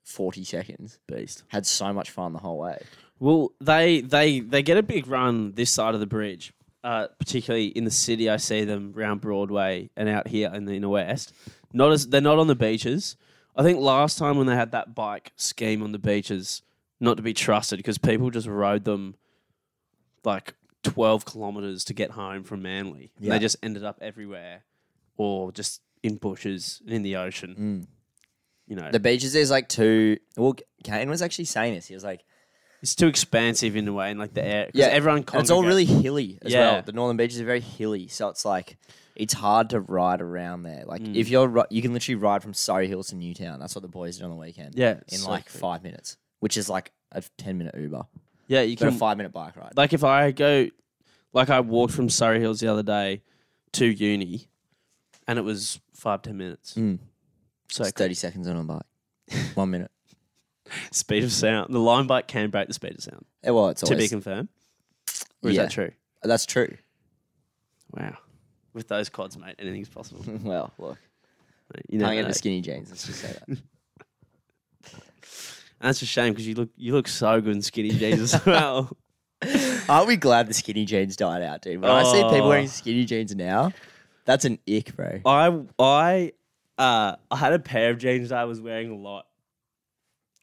Speaker 1: 40 seconds.
Speaker 2: Beast.
Speaker 1: Had so much fun the whole way.
Speaker 2: Well, they they they get a big run this side of the bridge, uh, particularly in the city. I see them round Broadway and out here in the inner west. Not as they're not on the beaches. I think last time when they had that bike scheme on the beaches, not to be trusted because people just rode them like twelve kilometers to get home from Manly. And
Speaker 1: Yeah.
Speaker 2: they just ended up everywhere, or just in bushes in the ocean. You know,
Speaker 1: Mm. The beaches, there's like two. Well, Kane was actually saying this. He was like,
Speaker 2: it's too expansive in a way, and like the air. 'cause
Speaker 1: Yeah,
Speaker 2: everyone.
Speaker 1: and it's all
Speaker 2: congregates.
Speaker 1: really hilly as
Speaker 2: Yeah.
Speaker 1: well. The northern beaches are very hilly, so it's like it's hard to ride around there. Like
Speaker 2: Mm.
Speaker 1: if you're, ri- you can literally ride from Surrey Hills to Newtown. That's what the boys did on the weekend.
Speaker 2: Yeah,
Speaker 1: in
Speaker 2: it's so
Speaker 1: like
Speaker 2: cool.
Speaker 1: five minutes, which is like a ten minute Uber,
Speaker 2: Yeah, you
Speaker 1: but a
Speaker 2: can
Speaker 1: five minute bike ride.
Speaker 2: like if I go, like I walked from Surrey Hills the other day to uni, and it was five ten minutes.
Speaker 1: Mm.
Speaker 2: So
Speaker 1: It's thirty seconds on a bike, one minute.
Speaker 2: speed of sound. The line bike can break the speed of sound.
Speaker 1: Eh, Well, it's
Speaker 2: To be
Speaker 1: always
Speaker 2: confirmed, or is
Speaker 1: Yeah.
Speaker 2: that true?
Speaker 1: that's true.
Speaker 2: Wow, with those quads, mate, anything's possible. mate.
Speaker 1: well, look, hang
Speaker 2: You never
Speaker 1: hanging
Speaker 2: know.
Speaker 1: into skinny jeans. Let's just say that.
Speaker 2: That's a shame because you look you look so good in skinny jeans as well.
Speaker 1: Aren't we glad the skinny jeans died out, dude? When I see people
Speaker 2: Oh.
Speaker 1: wearing skinny jeans now, that's an ick, bro.
Speaker 2: I I uh I had a pair of jeans I was wearing a lot.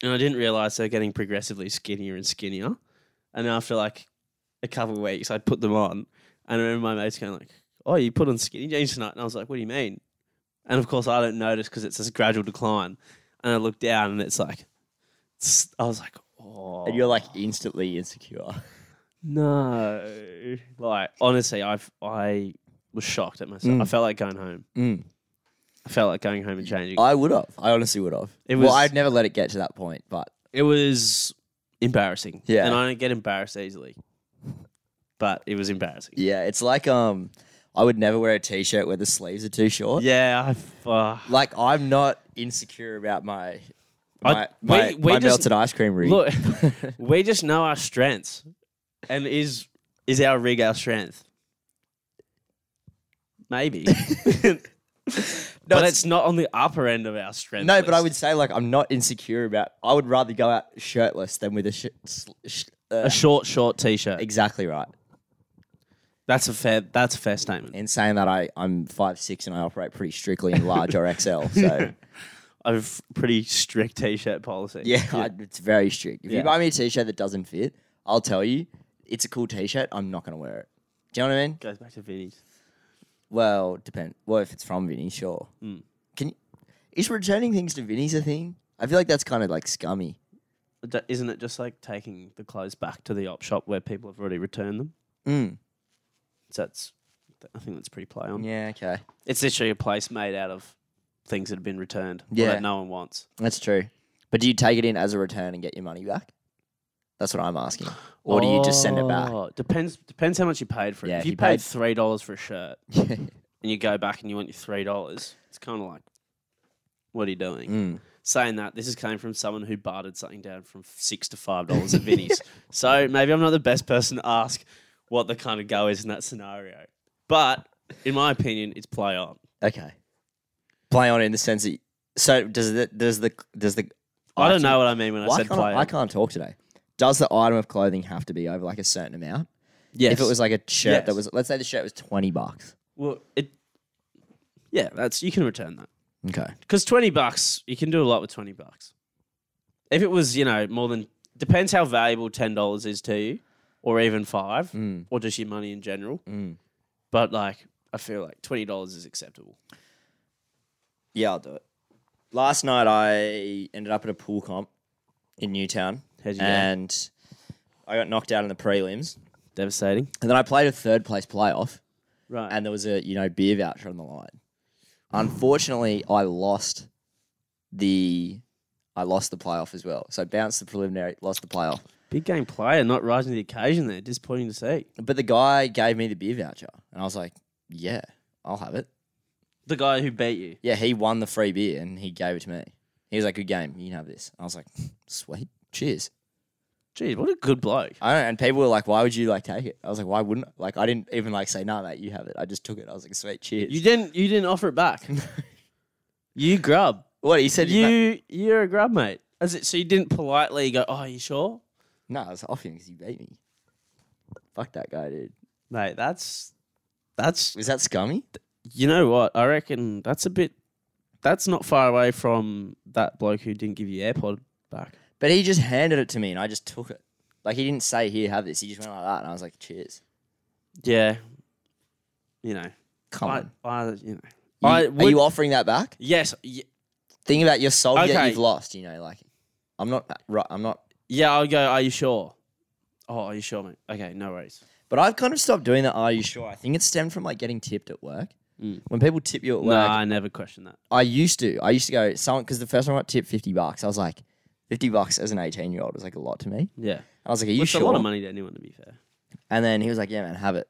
Speaker 2: And I didn't realize they're getting progressively skinnier and skinnier. And after like a couple of weeks I put them on and I remember my mates going like, "Oh, you put on skinny jeans tonight." And I was like, "What do you mean?" And of course I don't notice cuz it's this gradual decline. And I look down and it's like it's, I was like, "Oh."
Speaker 1: And you're like instantly insecure.
Speaker 2: "No." Like honestly, I have I was shocked at myself. I felt like going home.
Speaker 1: Mm.
Speaker 2: I felt like going home and changing.
Speaker 1: I would have. I honestly would have.
Speaker 2: It
Speaker 1: well,
Speaker 2: was-
Speaker 1: I'd never let it get to that point, but
Speaker 2: It was embarrassing.
Speaker 1: Yeah.
Speaker 2: And I don't get embarrassed easily. But it was embarrassing.
Speaker 1: yeah, it's like um, I would never wear a t-shirt where the sleeves are too short.
Speaker 2: Yeah, I uh,
Speaker 1: Like I'm not insecure about my
Speaker 2: I-
Speaker 1: my,
Speaker 2: we-
Speaker 1: my,
Speaker 2: we
Speaker 1: my
Speaker 2: just-
Speaker 1: melted ice cream rig.
Speaker 2: look we just know our strengths. And is is our rig our strength? Maybe. but it's,
Speaker 1: it's-
Speaker 2: not on the upper end of our strength.
Speaker 1: no, but I
Speaker 2: list.
Speaker 1: would say like I'm not insecure about. I would rather go out shirtless than with a sh- sl- sh- uh,
Speaker 2: a short, short t shirt.
Speaker 1: exactly right.
Speaker 2: That's a fair that's a fair statement.
Speaker 1: In saying that, I I'm five six and I operate pretty strictly in large or XL. So
Speaker 2: I have pretty strict t shirt policy.
Speaker 1: Yeah, I, it's very strict. If
Speaker 2: Yeah.
Speaker 1: you buy me a t-shirt that doesn't fit, I'll tell you it's a cool t-shirt. I'm not going to wear it. Do you know what I mean?
Speaker 2: Goes back to Vinny's.
Speaker 1: Well, depend. Well, if it's from Vinny, sure.
Speaker 2: Mm.
Speaker 1: Can you, is returning things to Vinny's a thing? I feel like that's kind of like scummy.
Speaker 2: D- isn't it just like taking the clothes back to the op shop where people have already returned them?
Speaker 1: Mm.
Speaker 2: So that's, I think that's pretty play on.
Speaker 1: Yeah, okay,
Speaker 2: It's literally a place made out of things that have been returned or
Speaker 1: Yeah.
Speaker 2: that no one wants.
Speaker 1: that's true. But do you take it in as a return and get your money back? That's what I'm asking. Or do you just send it back?
Speaker 2: Oh, Depends depends how much you paid for it.
Speaker 1: Yeah,
Speaker 2: if
Speaker 1: if
Speaker 2: you
Speaker 1: you
Speaker 2: paid
Speaker 1: paid-
Speaker 2: three dollars for a shirt and you go back and you want your three dollars, it's kind of like, what are you doing?
Speaker 1: Mm.
Speaker 2: Saying that, this is coming from someone who bartered something down from six to five dollars at Vinny's. so maybe I'm not the best person to ask what the kind of go is in that scenario. But in my opinion, it's play on.
Speaker 1: Okay. Play on in the sense that. So does the does the does the
Speaker 2: I don't know what I mean when I
Speaker 1: Why
Speaker 2: said
Speaker 1: can't
Speaker 2: play
Speaker 1: I, I
Speaker 2: on.
Speaker 1: can't talk today. Does the item of clothing have to be over like a certain amount?
Speaker 2: Yes.
Speaker 1: If it was like a shirt that
Speaker 2: Yes.
Speaker 1: was, let's say the shirt was twenty bucks.
Speaker 2: well, it, yeah, that's you can return that
Speaker 1: Okay.
Speaker 2: because twenty bucks you can do a lot with twenty bucks. If it was, you know, more than depends how valuable ten dollars is to you. or even five
Speaker 1: Mm.
Speaker 2: or just your money in general.
Speaker 1: Mm.
Speaker 2: But like, I feel like twenty dollars is acceptable.
Speaker 1: Yeah, I'll do it. Last night I ended up at a pool comp in Newtown,
Speaker 2: How'd you go?
Speaker 1: and I got knocked out in the prelims.
Speaker 2: Devastating,
Speaker 1: And then I played a third place playoff,
Speaker 2: right?
Speaker 1: and there was a you know beer voucher on the line. Unfortunately, I lost the I lost the playoff as well. So bounced the preliminary, lost the playoff.
Speaker 2: Big game player, not rising to the occasion. There, disappointing to see.
Speaker 1: But the guy gave me the beer voucher, and I was like, "Yeah, I'll have it."
Speaker 2: The guy who beat you.
Speaker 1: Yeah, he won the free beer, and he gave it to me. He was like, "Good game, you can have this." I was like, "Sweet, cheers."
Speaker 2: Geez, what a good bloke.
Speaker 1: I don't, and people were like, "Why would you like take it?" I was like, "Why wouldn't?" I?" Like, I didn't even like say, "No, nah, mate, you have it." I just took it. I was like, "Sweet, cheers."
Speaker 2: You didn't. You didn't offer it back. you grub.
Speaker 1: what he said? You
Speaker 2: You you're a grub, mate. As it, so you didn't politely go. Oh, you sure,
Speaker 1: no, I was off him because he beat me. Fuck that guy, dude.
Speaker 2: mate? That's that's.
Speaker 1: Was that scummy?
Speaker 2: You know what? I reckon that's a bit. That's not far away from that bloke who didn't give you AirPod back.
Speaker 1: But he just handed it to me, and I just took it. Like he didn't say, "Here, have this." He just went like that, and I was like, "Cheers."
Speaker 2: Yeah. You know.
Speaker 1: Come
Speaker 2: I,
Speaker 1: on.
Speaker 2: I you know.
Speaker 1: You-
Speaker 2: I
Speaker 1: are
Speaker 2: would,
Speaker 1: you offering that back?
Speaker 2: yes. Y-
Speaker 1: Think about your soul that
Speaker 2: Okay.
Speaker 1: you've lost. You know, like I'm not right. I'm not.
Speaker 2: yeah, I'll go. Are you sure? Oh, are you sure, mate? Okay, no worries.
Speaker 1: But I've kind of stopped doing that. Are you sure? I think it stemmed from like getting tipped at work.
Speaker 2: Mm.
Speaker 1: When people tip you at
Speaker 2: No,
Speaker 1: work,
Speaker 2: I never question that.
Speaker 1: I used to. I used to go someone because the first time I got tipped fifty bucks, I was like, fifty bucks as an eighteen year old is like a lot to me.
Speaker 2: Yeah.
Speaker 1: I was like, are you
Speaker 2: It's
Speaker 1: sure?
Speaker 2: a lot of money to anyone, to be fair.
Speaker 1: And then he was like, yeah, man, have it.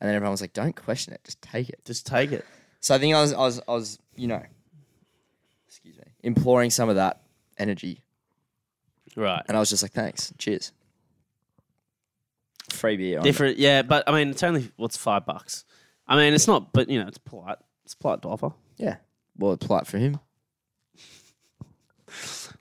Speaker 1: And then everyone was like, don't question it, just take it.
Speaker 2: Just take it.
Speaker 1: So I think I was, I was, I was, you know, excuse me, imploring some of that energy,
Speaker 2: Right.
Speaker 1: and I was just like, thanks, cheers, free beer. on me.
Speaker 2: Different, yeah, but I mean, it's only what's five bucks. I mean, it's not, but you know, it's polite. It's polite to offer.
Speaker 1: Yeah. Well, it's polite for him.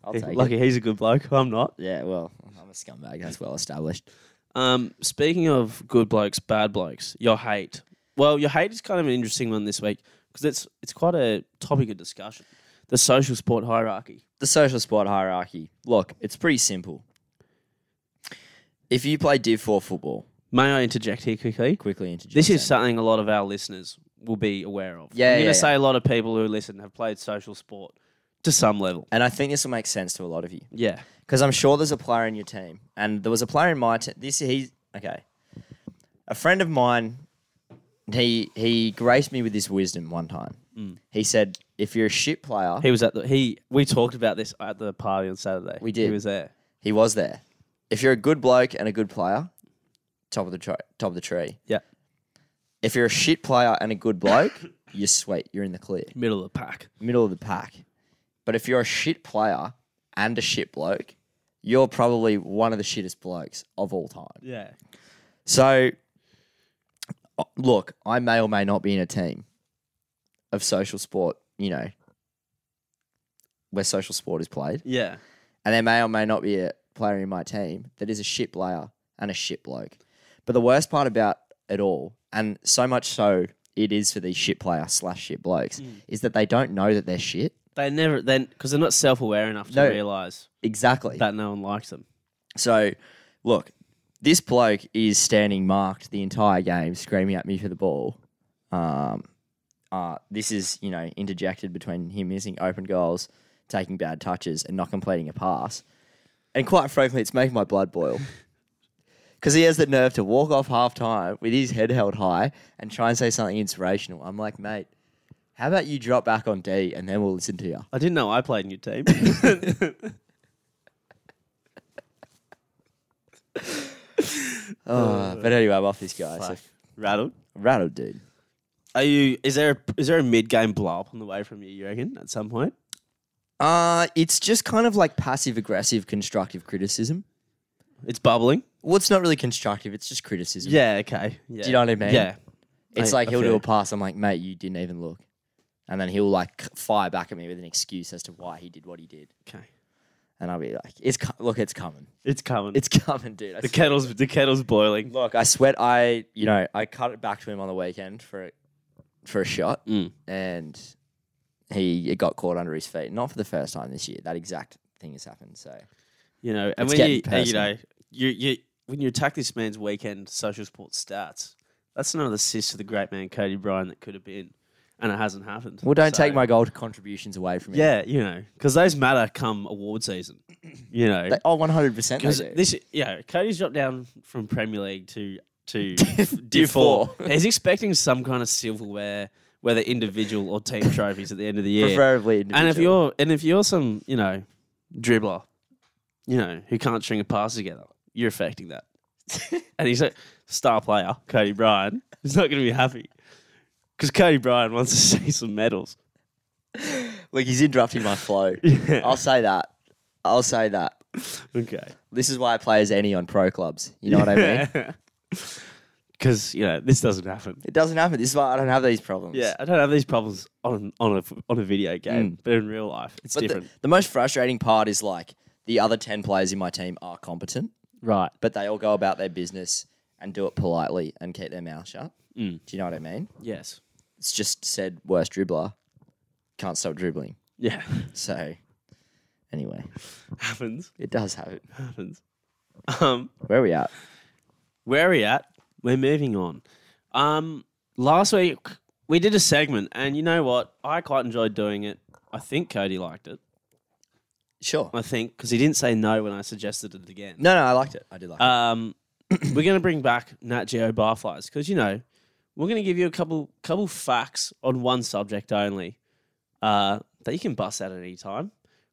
Speaker 1: I'll take it.
Speaker 2: Lucky he's a good bloke. I'm not.
Speaker 1: Yeah, well, I'm a scumbag. That's well established.
Speaker 2: Um, speaking of good blokes, bad blokes, your hate. Well, your hate is kind of an interesting one this week because it's it's quite a topic of discussion. The social sport hierarchy.
Speaker 1: the social sport hierarchy. Look, it's pretty simple. If you play Div 4 football,
Speaker 2: May I interject here quickly?
Speaker 1: quickly interject.
Speaker 2: This is
Speaker 1: that.
Speaker 2: something a lot of our listeners will be aware of.
Speaker 1: Yeah,
Speaker 2: I'm
Speaker 1: yeah,
Speaker 2: gonna
Speaker 1: yeah.
Speaker 2: say a lot of people who listen have played social sport to some level.
Speaker 1: and I think this will make sense to a lot of you
Speaker 2: Yeah,
Speaker 1: because I'm sure there's a player in your team, and there was a player in my team. This he's okay. A friend of mine, he he graced me with this wisdom one time. He said, "If you're a shit player,
Speaker 2: he was at the he. We talked about this at the party on Saturday.
Speaker 1: We did.
Speaker 2: He was there.
Speaker 1: he was there. If you're a good bloke and a good player, top of the tri- top of the tree.
Speaker 2: Yeah.
Speaker 1: If you're a shit player and a good bloke, you're sweet. You're in the clear."
Speaker 2: Middle of the pack.
Speaker 1: middle of the pack. But if you're a shit player and a shit bloke, you're probably one of the shittest blokes of all time.
Speaker 2: Yeah.
Speaker 1: So, uh, look, I may or may not be in a team of social sport, you know, where social sport is played.
Speaker 2: Yeah.
Speaker 1: And there may or may not be a player in my team that is a shit player and a shit bloke. But the worst part about it all, and so much so it is for these shit player slash shit blokes, is that they don't know that they're shit.
Speaker 2: They never then because they're not self aware enough to
Speaker 1: No.
Speaker 2: realize
Speaker 1: Exactly.
Speaker 2: that no one likes them.
Speaker 1: So, look, this bloke is standing marked the entire game, screaming at me for the ball. Um, uh, this is, you know, interjected between him missing open goals, taking bad touches, and not completing a pass. And quite frankly, it's making my blood boil. Because he has the nerve to walk off half time with his head held high and try and say something inspirational. I'm like, mate, how about you drop back on D and then we'll listen to you?
Speaker 2: I didn't know I played in your team.
Speaker 1: Uh, but anyway, I'm off this guy. So
Speaker 2: Fuck. Rattled.
Speaker 1: rattled, dude.
Speaker 2: Are you? Is there? A, is there a mid game blow up on the way from you? You reckon at some point?
Speaker 1: Uh, it's just kind of like passive aggressive constructive criticism.
Speaker 2: It's bubbling.
Speaker 1: Well, it's not really constructive, it's just criticism.
Speaker 2: Yeah. Okay. Yeah.
Speaker 1: you know what I mean?
Speaker 2: Yeah.
Speaker 1: It's
Speaker 2: I-
Speaker 1: like
Speaker 2: I
Speaker 1: he'll
Speaker 2: feel
Speaker 1: do a
Speaker 2: you.
Speaker 1: pass, I'm like, mate, you didn't even look. And then he'll like c- fire back at me with an excuse as to why he did what he did.
Speaker 2: Okay.
Speaker 1: And I'll be like, it's co- look, it's coming.
Speaker 2: It's coming.
Speaker 1: It's coming, dude. I
Speaker 2: the
Speaker 1: swear.
Speaker 2: kettle's the kettle's boiling.
Speaker 1: Look, I sweat I, you know, I cut it back to him on the weekend for a, for a shot
Speaker 2: Mm.
Speaker 1: and he it got caught under his feet. Not for the first time this year. That exact thing has happened, so
Speaker 2: You know, and
Speaker 1: It's
Speaker 2: when you
Speaker 1: getting
Speaker 2: you know you you when you attack this man's weekend social sports stats, that's another assist to the great man Cody Bryan that could have been, and it hasn't happened.
Speaker 1: Well, don't
Speaker 2: So-
Speaker 1: take my gold contributions away from me.
Speaker 2: Yeah, you know, because those matter come award season. You know,
Speaker 1: They, oh, 100%.
Speaker 2: because
Speaker 1: they do.
Speaker 2: this, yeah, Cody's dropped down from Premier League to to
Speaker 1: Div
Speaker 2: Div Four.
Speaker 1: four.
Speaker 2: He's expecting some kind of silverware, whether individual or team trophies at the end of the year.
Speaker 1: Preferably
Speaker 2: and if
Speaker 1: individual.
Speaker 2: you're and if you're some, you know, dribbler, you know, who can't string a pass together, you're affecting that. and he's a star player, Cody Bryan. He's not going to be happy because Cody Bryan wants to see some medals.
Speaker 1: Look, he's interrupting my flow.
Speaker 2: Yeah.
Speaker 1: I'll say that. I'll say that.
Speaker 2: Okay.
Speaker 1: This is why I play as any on pro clubs. You know what I mean?
Speaker 2: Because you know this doesn't happen.
Speaker 1: It doesn't happen. This is why I don't have these problems.
Speaker 2: Yeah, I don't have these problems on on a on a video game, but in real life, it's
Speaker 1: But the,
Speaker 2: different.
Speaker 1: the most frustrating part is like the other 10 players in my team are competent,
Speaker 2: right.
Speaker 1: but they all go about their business and do it politely and keep their mouth shut.
Speaker 2: Mm.
Speaker 1: Do you know what I mean?
Speaker 2: Yes.
Speaker 1: It's just said worst dribbler can't stop dribbling.
Speaker 2: Yeah.
Speaker 1: So, anyway,
Speaker 2: happens.
Speaker 1: it does happen.
Speaker 2: Happens. Um.
Speaker 1: Where are we at?
Speaker 2: where are we at? We're moving on. Um, last week we did a segment, and you know what? I quite enjoyed doing it. I think Cody liked it.
Speaker 1: Sure.
Speaker 2: I think because he didn't say no when I suggested it again.
Speaker 1: No, no, I liked it. I did like it.
Speaker 2: Um, we're going to bring back Nat Geo barflies because you know we're going to give you a couple couple facts on one subject only uh, that you can bust out at any time.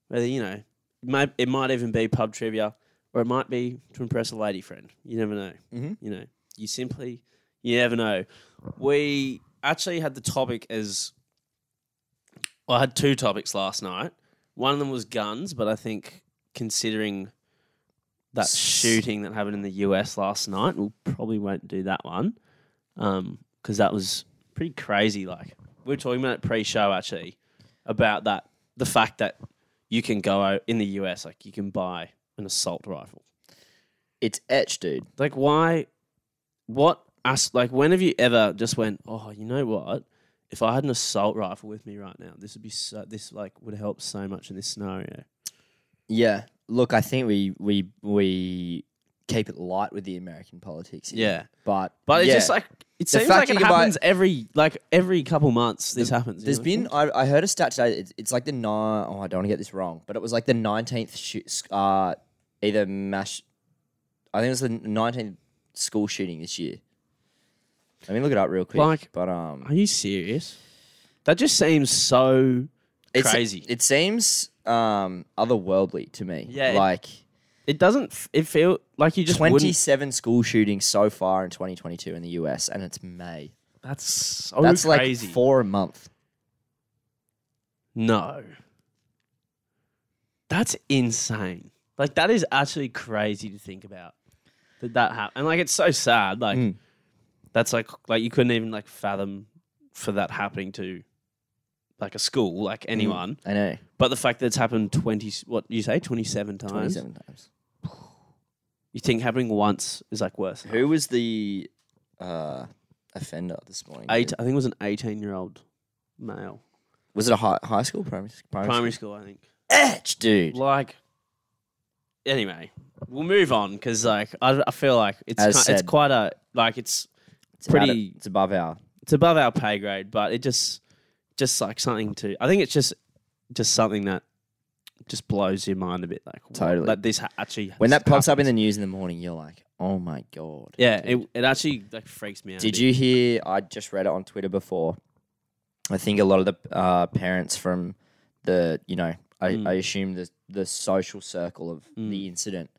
Speaker 2: Whether you know, it might, it might even be pub trivia, or it might be to impress a lady friend. You never know.
Speaker 1: Mhm.
Speaker 2: You know, you simply you never know. We actually had the topic as well, I had two topics last night. One of them was guns, but I think considering that shooting that happened in the US last night, we probably won't do that one because that was pretty crazy. Like we were talking about it pre-show actually about that the fact that you can go out in the US like you can buy an assault rifle.
Speaker 1: It's etched, dude.
Speaker 2: Like why? What? As, like when have you ever just went? Oh, you know what? If I had an assault rifle with me right now, this would be so, this like would help so much in this scenario.
Speaker 1: Yeah. Look, I think we we we keep it light with the American politics. here.
Speaker 2: Yeah,
Speaker 1: But
Speaker 2: but it's
Speaker 1: yeah,
Speaker 2: just like it
Speaker 1: The
Speaker 2: seems
Speaker 1: fact
Speaker 2: like
Speaker 1: you
Speaker 2: it
Speaker 1: can buy-
Speaker 2: happens every like every couple months. This happens. you
Speaker 1: there's
Speaker 2: know?
Speaker 1: been I, I heard a stat today. It's, it's like the nine oh I don't want to get this wrong, but it was like the nineteenth sh- uh either mass. I think it was the nineteenth school shooting this year. I mean, look it up real quick.
Speaker 2: Like-
Speaker 1: but um,
Speaker 2: Are you serious? That just seems so
Speaker 1: it's-
Speaker 2: crazy.
Speaker 1: It seems um otherworldly to me.
Speaker 2: Yeah, it-
Speaker 1: like
Speaker 2: It doesn't. f- It feel like you just
Speaker 1: twenty
Speaker 2: wouldn't.
Speaker 1: seven school shootings so far in twenty twenty two in the U.S. and it's May.
Speaker 2: That's so
Speaker 1: That's
Speaker 2: crazy.
Speaker 1: like four a month.
Speaker 2: No. That's insane. Like that is actually crazy to think about. That that happened. And like it's so sad. Like
Speaker 1: Mm.
Speaker 2: that's like like you couldn't even like fathom for that happening to like a school, like
Speaker 1: Mm.
Speaker 2: anyone.
Speaker 1: I know.
Speaker 2: But the fact that it's happened twenty what you say, twenty seven times.
Speaker 1: 27 times.
Speaker 2: You think happening once is like worse.
Speaker 1: Who was the uh, offender this morning?
Speaker 2: Eight I think it was an eighteen year old male.
Speaker 1: Was it a high, high school primary s-
Speaker 2: Primary school, I think.
Speaker 1: Etch, dude.
Speaker 2: Like, anyway, we'll move on because like I, I feel like it's
Speaker 1: As
Speaker 2: ki- it's
Speaker 1: said.
Speaker 2: quite a like it's
Speaker 1: It's about
Speaker 2: pretty-
Speaker 1: it- It's above our.
Speaker 2: it's above our pay grade, but it just just like something to I think it's just just something that just blows your mind a bit like wha-
Speaker 1: Totally.
Speaker 2: like this ha- actually
Speaker 1: When that pops up in
Speaker 2: happens.
Speaker 1: the news in the morning, you're like, oh my god.
Speaker 2: yeah it, it actually like freaks me out. a
Speaker 1: Did
Speaker 2: bit.
Speaker 1: you hear? I just read it on Twitter before. I think a lot of the uh, parents from the, you know, I,
Speaker 2: Mm.
Speaker 1: I assume the the social circle of the incident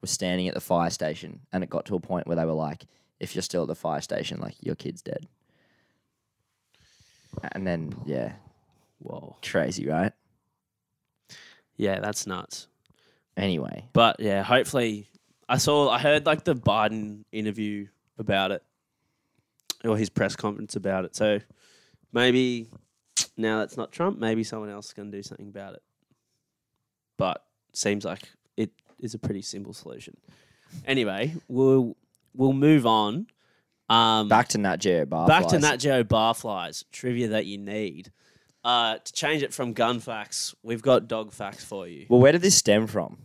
Speaker 1: was standing at the fire station, and it got to a point where they were like, "If you're still at the fire station, like your kid's dead." And then, yeah,
Speaker 2: Whoa,
Speaker 1: crazy, right?
Speaker 2: yeah, that's nuts.
Speaker 1: Anyway,
Speaker 2: But yeah, hopefully, I saw, I heard like the Biden interview about it or his press conference about it. So maybe now that's not Trump, maybe someone else can do something about it. But seems like it is a pretty simple solution. Anyway, we'll we'll move on. Um,
Speaker 1: back to Nat Geo bar.
Speaker 2: back to
Speaker 1: flies.
Speaker 2: Nat Geo barflies trivia that you need. Uh, to change it from gun facts, we've got dog facts for you.
Speaker 1: Well, where did this stem from?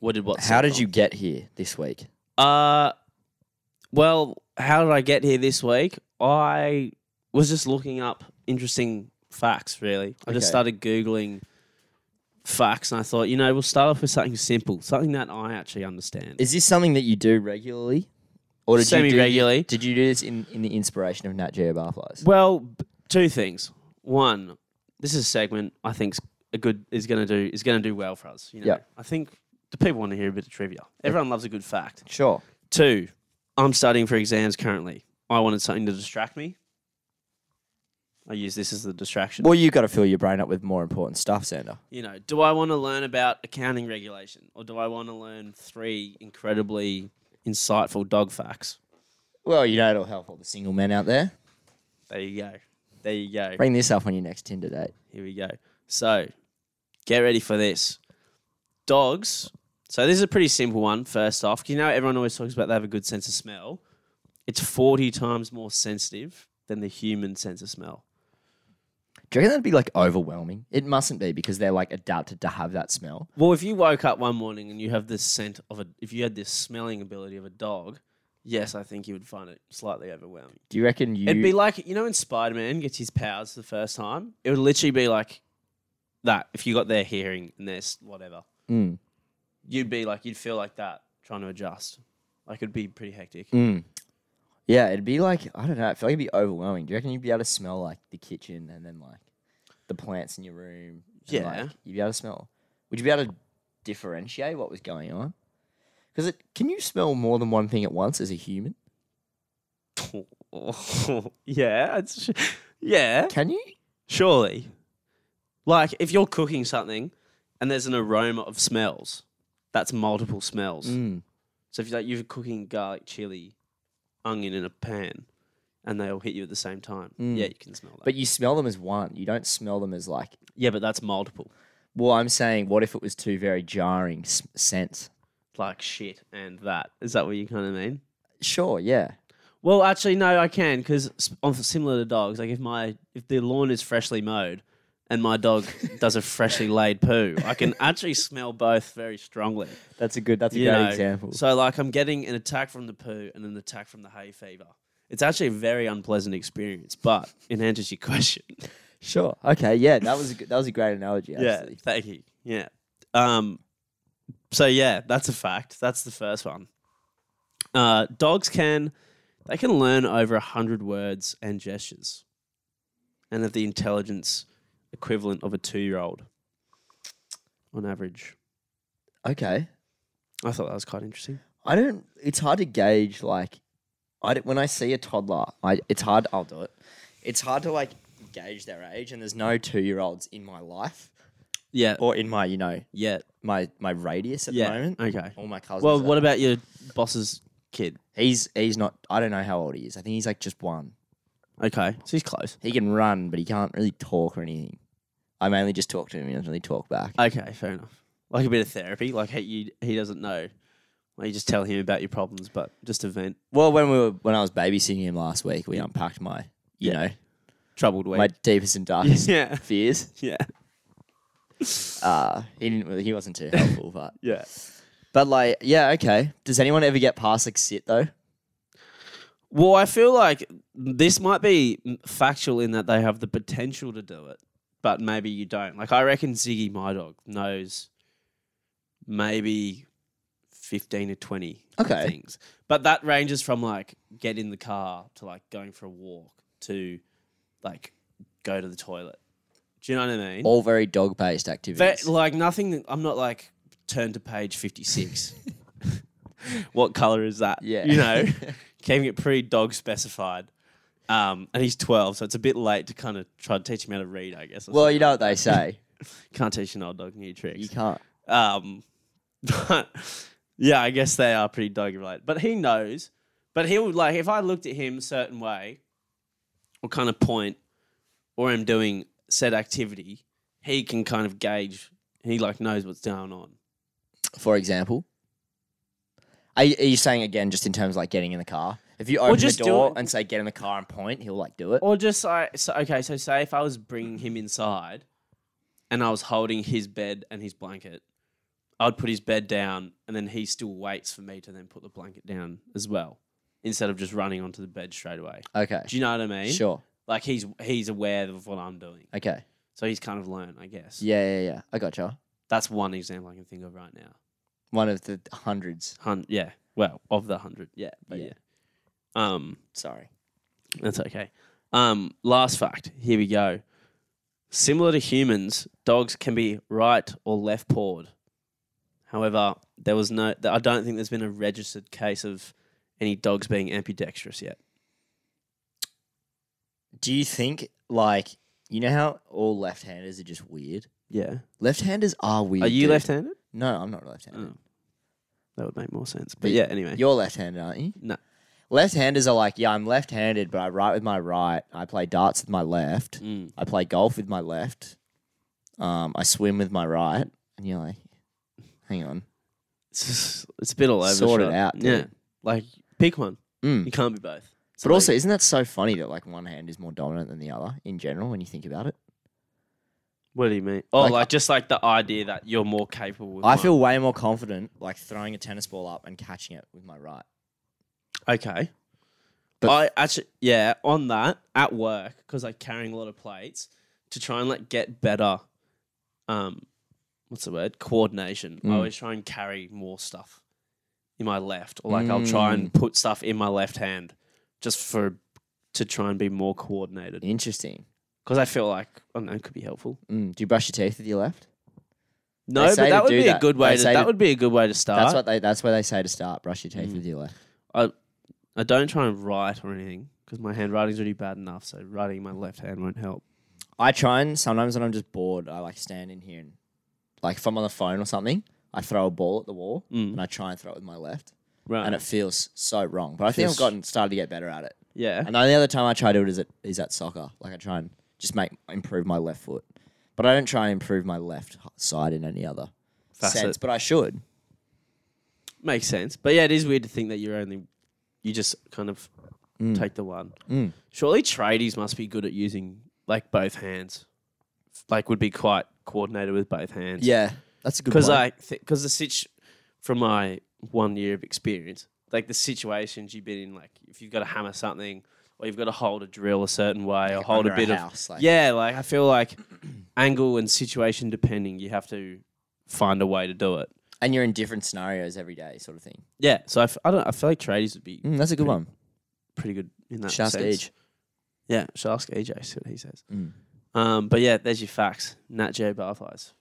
Speaker 2: What did what?
Speaker 1: How
Speaker 2: stem
Speaker 1: did
Speaker 2: from?
Speaker 1: you get here this week?
Speaker 2: Uh, well, how did I get here this week? I was just looking up interesting facts, really. I just
Speaker 1: Okay.
Speaker 2: started Googling facts and I thought, you know, we'll start off with something simple, something that I actually understand.
Speaker 1: Is this something that you do regularly? Or did you do-
Speaker 2: Semi-regularly.
Speaker 1: Did you do this in, in the inspiration of Nat Geo Barflies?
Speaker 2: Well, b- two things. One, this is a segment I think's a good is going to do is going to do well for us. You know,
Speaker 1: Yep.
Speaker 2: I think the people want to hear a bit of trivia. Everyone loves a good fact.
Speaker 1: Sure.
Speaker 2: Two, I'm studying for exams currently. I wanted something to distract me. I use this as the distraction.
Speaker 1: Well, you've got to fill your brain up with more important stuff, Sander.
Speaker 2: you know, do I want to learn about accounting regulation or do I want to learn three incredibly insightful dog facts?
Speaker 1: Well, you know, it'll help all the single men out there.
Speaker 2: There you go. There you go.
Speaker 1: Bring this up on your next Tinder date.
Speaker 2: Here we go. So, get ready for this. Dogs. So, this is a pretty simple one, first off. 'cause You know, everyone always talks about they have a good sense of smell. It's 40 times more sensitive than the human sense of smell.
Speaker 1: Do you reckon that'd be like overwhelming? It mustn't be because they're like adapted to have that smell.
Speaker 2: Well, if you woke up one morning and you have this scent of a, if you had this smelling ability of a dog, yes, I think you would find it slightly overwhelming.
Speaker 1: Do you reckon you?
Speaker 2: It'd be like, you know, when Spider Man gets his powers the first time, it would literally be like that if you got their hearing and their s- whatever.
Speaker 1: Mm.
Speaker 2: You'd be like, you'd feel like that trying to adjust. Like, it'd be pretty hectic.
Speaker 1: Mm. Yeah, it'd be like I don't know. I feel like it'd be overwhelming. Do you reckon you'd be able to smell like the kitchen and then like the plants in your room? and,
Speaker 2: Yeah.
Speaker 1: like, you'd be able to smell. Would you be able to differentiate what was going on? Because it can you smell more than one thing at once as a human?
Speaker 2: yeah, it's, yeah,
Speaker 1: Can you?
Speaker 2: surely. Like, if you're cooking something and there's an aroma of smells, that's multiple smells.
Speaker 1: Mm.
Speaker 2: So if you're, like, you're cooking garlic, chili, onion in a pan, and they all hit you at the same time, yeah, you can smell that.
Speaker 1: Mm. But you smell them as one. You don't smell them as like.
Speaker 2: yeah, but that's multiple,
Speaker 1: Well, I'm saying, what if it was two very jarring s- scents?
Speaker 2: like shit and that. Is that what you kind of mean?
Speaker 1: Sure. Yeah.
Speaker 2: Well, actually, no, I can because on similar to dogs, like if my if the lawn is freshly mowed and my dog does a freshly laid poo, I can actually smell both very strongly.
Speaker 1: That's a good. That's a
Speaker 2: you
Speaker 1: great
Speaker 2: know.
Speaker 1: example.
Speaker 2: So like I'm getting an attack from the poo and an attack from the hay fever. It's actually a very unpleasant experience, but it answers your question.
Speaker 1: Sure. Okay. Yeah. That was a good, that was a great analogy. Actually.
Speaker 2: Yeah, thank you. Yeah. Um. So yeah, that's a fact. That's the first one. Uh, dogs can they can learn over a hundred words and gestures, and have the intelligence equivalent of a two-year-old on average.
Speaker 1: Okay.
Speaker 2: I thought that was quite interesting.
Speaker 1: I don't. It's hard to gauge. Like, I don't- when I see a toddler, I it's hard. I'll do it. It's hard to like gauge their age, and there's no two year olds in my life
Speaker 2: Yeah.
Speaker 1: or in my you know
Speaker 2: yeah.
Speaker 1: my my radius at
Speaker 2: Yeah.
Speaker 1: the moment.
Speaker 2: Okay.
Speaker 1: All my cousins.
Speaker 2: Well,
Speaker 1: are-
Speaker 2: what about your boss's kid?
Speaker 1: he's he's not. I don't know how old he is. I think he's like just one.
Speaker 2: Okay, so he's close.
Speaker 1: He can run, but he can't really talk or anything. I mainly just talk to him. He doesn't really talk back.
Speaker 2: Okay, fair enough. Like a bit of therapy. Like he you, he doesn't know. Well, you just tell him about your problems, but just a vent.
Speaker 1: well, when we were when I was babysitting him last week, we unpacked my you know
Speaker 2: troubled week.
Speaker 1: my deepest and darkest
Speaker 2: yeah,
Speaker 1: fears.
Speaker 2: yeah,
Speaker 1: Uh, he didn't. really- He wasn't too helpful, but
Speaker 2: yeah.
Speaker 1: but like, yeah, okay. Does anyone ever get past like sit though?
Speaker 2: Well, I feel like this might be factual in that they have the potential to do it, but maybe you don't. Like I reckon Ziggy, my dog, knows maybe fifteen to twenty
Speaker 1: Okay.
Speaker 2: things, but that ranges from like get in the car to like going for a walk to like go to the toilet. Do you know what I mean?
Speaker 1: All very dog based
Speaker 2: That,
Speaker 1: activities.
Speaker 2: like nothing. that- I'm not like turn to page 56. what color is that?
Speaker 1: Yeah.
Speaker 2: you know, keeping it pretty dog specified. Um, and he's 12, so it's a bit late to kind of try to teach him how to read. I guess. or
Speaker 1: well,
Speaker 2: something.
Speaker 1: you know what they say.
Speaker 2: can't teach an old dog new tricks.
Speaker 1: You can't.
Speaker 2: Um, but yeah, I guess they are pretty dog related. But he knows. But he'll like if I looked at him a certain way, or kind of point, or am doing said activity, he can kind of gauge. He like knows what's going on.
Speaker 1: For example, are you, are you saying again just in terms of like getting in the car? If you open
Speaker 2: just
Speaker 1: the
Speaker 2: do
Speaker 1: door
Speaker 2: it.
Speaker 1: and say get in the car and point, he'll like do it.
Speaker 2: Or just like so, okay, so say if I was bringing him inside, and I was holding his bed and his blanket, I'd put his bed down, and then he still waits for me to then put the blanket down as well, instead of just running onto the bed straight away.
Speaker 1: Okay.
Speaker 2: Do you know what I mean?
Speaker 1: Sure.
Speaker 2: Like he's he's aware of what I'm doing,
Speaker 1: Okay.
Speaker 2: so he's kind of learned, I guess.
Speaker 1: Yeah, yeah, yeah. I gotcha.
Speaker 2: That's one example I can think of right now.
Speaker 1: One of the hundreds.
Speaker 2: Hun- yeah. Well, of the hundred, yeah, but yeah.
Speaker 1: Yeah.
Speaker 2: Um,
Speaker 1: Sorry.
Speaker 2: that's okay. Um, last fact. Here we go. Similar to humans, dogs can be right or left pawed. However, there was no. th- I don't think there's been a registered case of any dogs being ambidextrous yet.
Speaker 1: Do you think like you know how all left-handers are just weird?
Speaker 2: Yeah.
Speaker 1: Left-handers are weird.
Speaker 2: Are you
Speaker 1: dude.
Speaker 2: left-handed?
Speaker 1: No, I'm not left-handed.
Speaker 2: Oh. That would make more sense. But yeah. Anyway.
Speaker 1: You're left-handed, aren't you?
Speaker 2: No.
Speaker 1: Left-handers are like, yeah, I'm left-handed, but I write with my right. I play darts with my left.
Speaker 2: Mm.
Speaker 1: I play golf with my left. Um, I swim with my right. And you're like, hang on.
Speaker 2: It's, just- it's a bit all over. the
Speaker 1: Sort it
Speaker 2: shop.
Speaker 1: out,
Speaker 2: Yeah.
Speaker 1: dude.
Speaker 2: Like pick one.
Speaker 1: Mm.
Speaker 2: You can't be both. It's
Speaker 1: But also,
Speaker 2: illegal.
Speaker 1: isn't that so funny that like one hand is more dominant than the other in general when you think about it?
Speaker 2: what do you mean? Oh, like,
Speaker 1: like-
Speaker 2: just like the idea that you're more capable. With
Speaker 1: I
Speaker 2: one.
Speaker 1: feel way more confident like throwing a tennis ball up and catching it with my right.
Speaker 2: Okay.
Speaker 1: But-
Speaker 2: I actually, yeah, on that at work because I carrying a lot of plates to try and like get better. Um, what's the word? Coordination. I
Speaker 1: Mm.
Speaker 2: always try and carry more stuff in my left, or like I'll try
Speaker 1: Mm.
Speaker 2: and put stuff in my left hand just for to try and be more coordinated
Speaker 1: Interesting.
Speaker 2: because I feel like I don't know it could be helpful.
Speaker 1: Mm, do you brush your teeth with your left?
Speaker 2: No, but
Speaker 1: say to
Speaker 2: that would
Speaker 1: do
Speaker 2: be a
Speaker 1: that.
Speaker 2: good
Speaker 1: They
Speaker 2: way. To,
Speaker 1: say
Speaker 2: that
Speaker 1: to-
Speaker 2: would be a good way to start.
Speaker 1: That's what they. That's where they say to start. Brush your teeth
Speaker 2: Mm.
Speaker 1: with your left.
Speaker 2: I don't try and write or anything because my handwriting's already bad enough. So writing in my left hand won't help.
Speaker 1: I try and sometimes when I'm just bored, I like stand in here and like if I'm on the phone or something, I throw a ball at the wall
Speaker 2: Mm.
Speaker 1: and I try and throw it with my left,
Speaker 2: Right.
Speaker 1: and it feels so wrong. But I think
Speaker 2: Feels-
Speaker 1: I've gotten started to get better at it.
Speaker 2: yeah.
Speaker 1: And the only other time I try to do it is at, is at soccer. Like I try and just make improve my left foot, but I don't try and improve my left h- side in any other
Speaker 2: Facet.
Speaker 1: sense. But I should.
Speaker 2: Makes sense. But yeah, it is weird to think that you're only you just kind of take the one.
Speaker 1: Mm.
Speaker 2: Surely tradies must be good at using like both hands. Like would be quite coordinated with both hands.
Speaker 1: Yeah, that's a good.
Speaker 2: Because
Speaker 1: point.
Speaker 2: I because the situ- from my one year of experience, like the situations you've been in, like if you've got to hammer something or you've got to hold a drill a certain way or hold a
Speaker 1: under a
Speaker 2: bit
Speaker 1: house,
Speaker 2: of
Speaker 1: like-
Speaker 2: yeah, like I feel like angle and situation depending, you have to find a way to do it.
Speaker 1: and you're in different scenarios every day, sort of thing.
Speaker 2: Yeah, so I, f- I don't I feel like tradies would be
Speaker 1: Mm, that's a good one.
Speaker 2: pretty good in that
Speaker 1: Should ask
Speaker 2: sense.
Speaker 1: Age.
Speaker 2: Yeah, should ask AJ. See what he says.
Speaker 1: Mm.
Speaker 2: Um, but yeah, there's your facts. Nat Geo butterflies.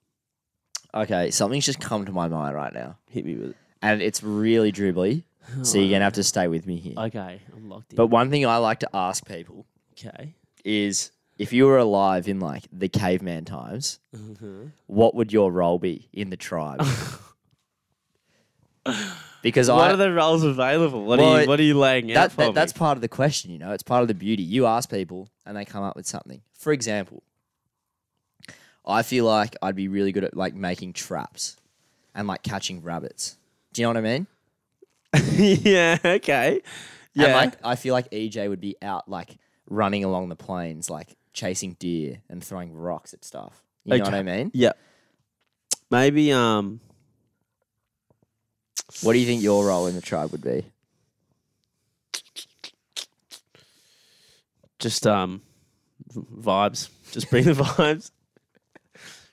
Speaker 1: Okay, something's just come to my mind right now,
Speaker 2: Hit me with it.
Speaker 1: and it's really dribbly. So you're gonna have to stay with me here.
Speaker 2: Okay, I'm locked in.
Speaker 1: But one thing I like to ask people
Speaker 2: okay.
Speaker 1: is, if you were alive in like the caveman times,
Speaker 2: Mm-hmm.
Speaker 1: what would your role be in the tribe? because
Speaker 2: what
Speaker 1: I
Speaker 2: are the roles available? What
Speaker 1: Well,
Speaker 2: are you
Speaker 1: it-
Speaker 2: What are you laying out
Speaker 1: that,
Speaker 2: for
Speaker 1: that-
Speaker 2: me?
Speaker 1: that's part of the question, you know. It's part of the beauty. You ask people and they come up with something. For example, I feel like I'd be really good at like making traps and like catching rabbits. Do you know what I mean?
Speaker 2: yeah. Okay. Yeah.
Speaker 1: And like I feel like EJ would be out like running along the plains, like chasing deer and throwing rocks at stuff. You know what
Speaker 2: Okay.
Speaker 1: I mean?
Speaker 2: yeah. Maybe. Um.
Speaker 1: What do you think your role in the tribe would be?
Speaker 2: Just um. v- Vibes. Just bring the vibes.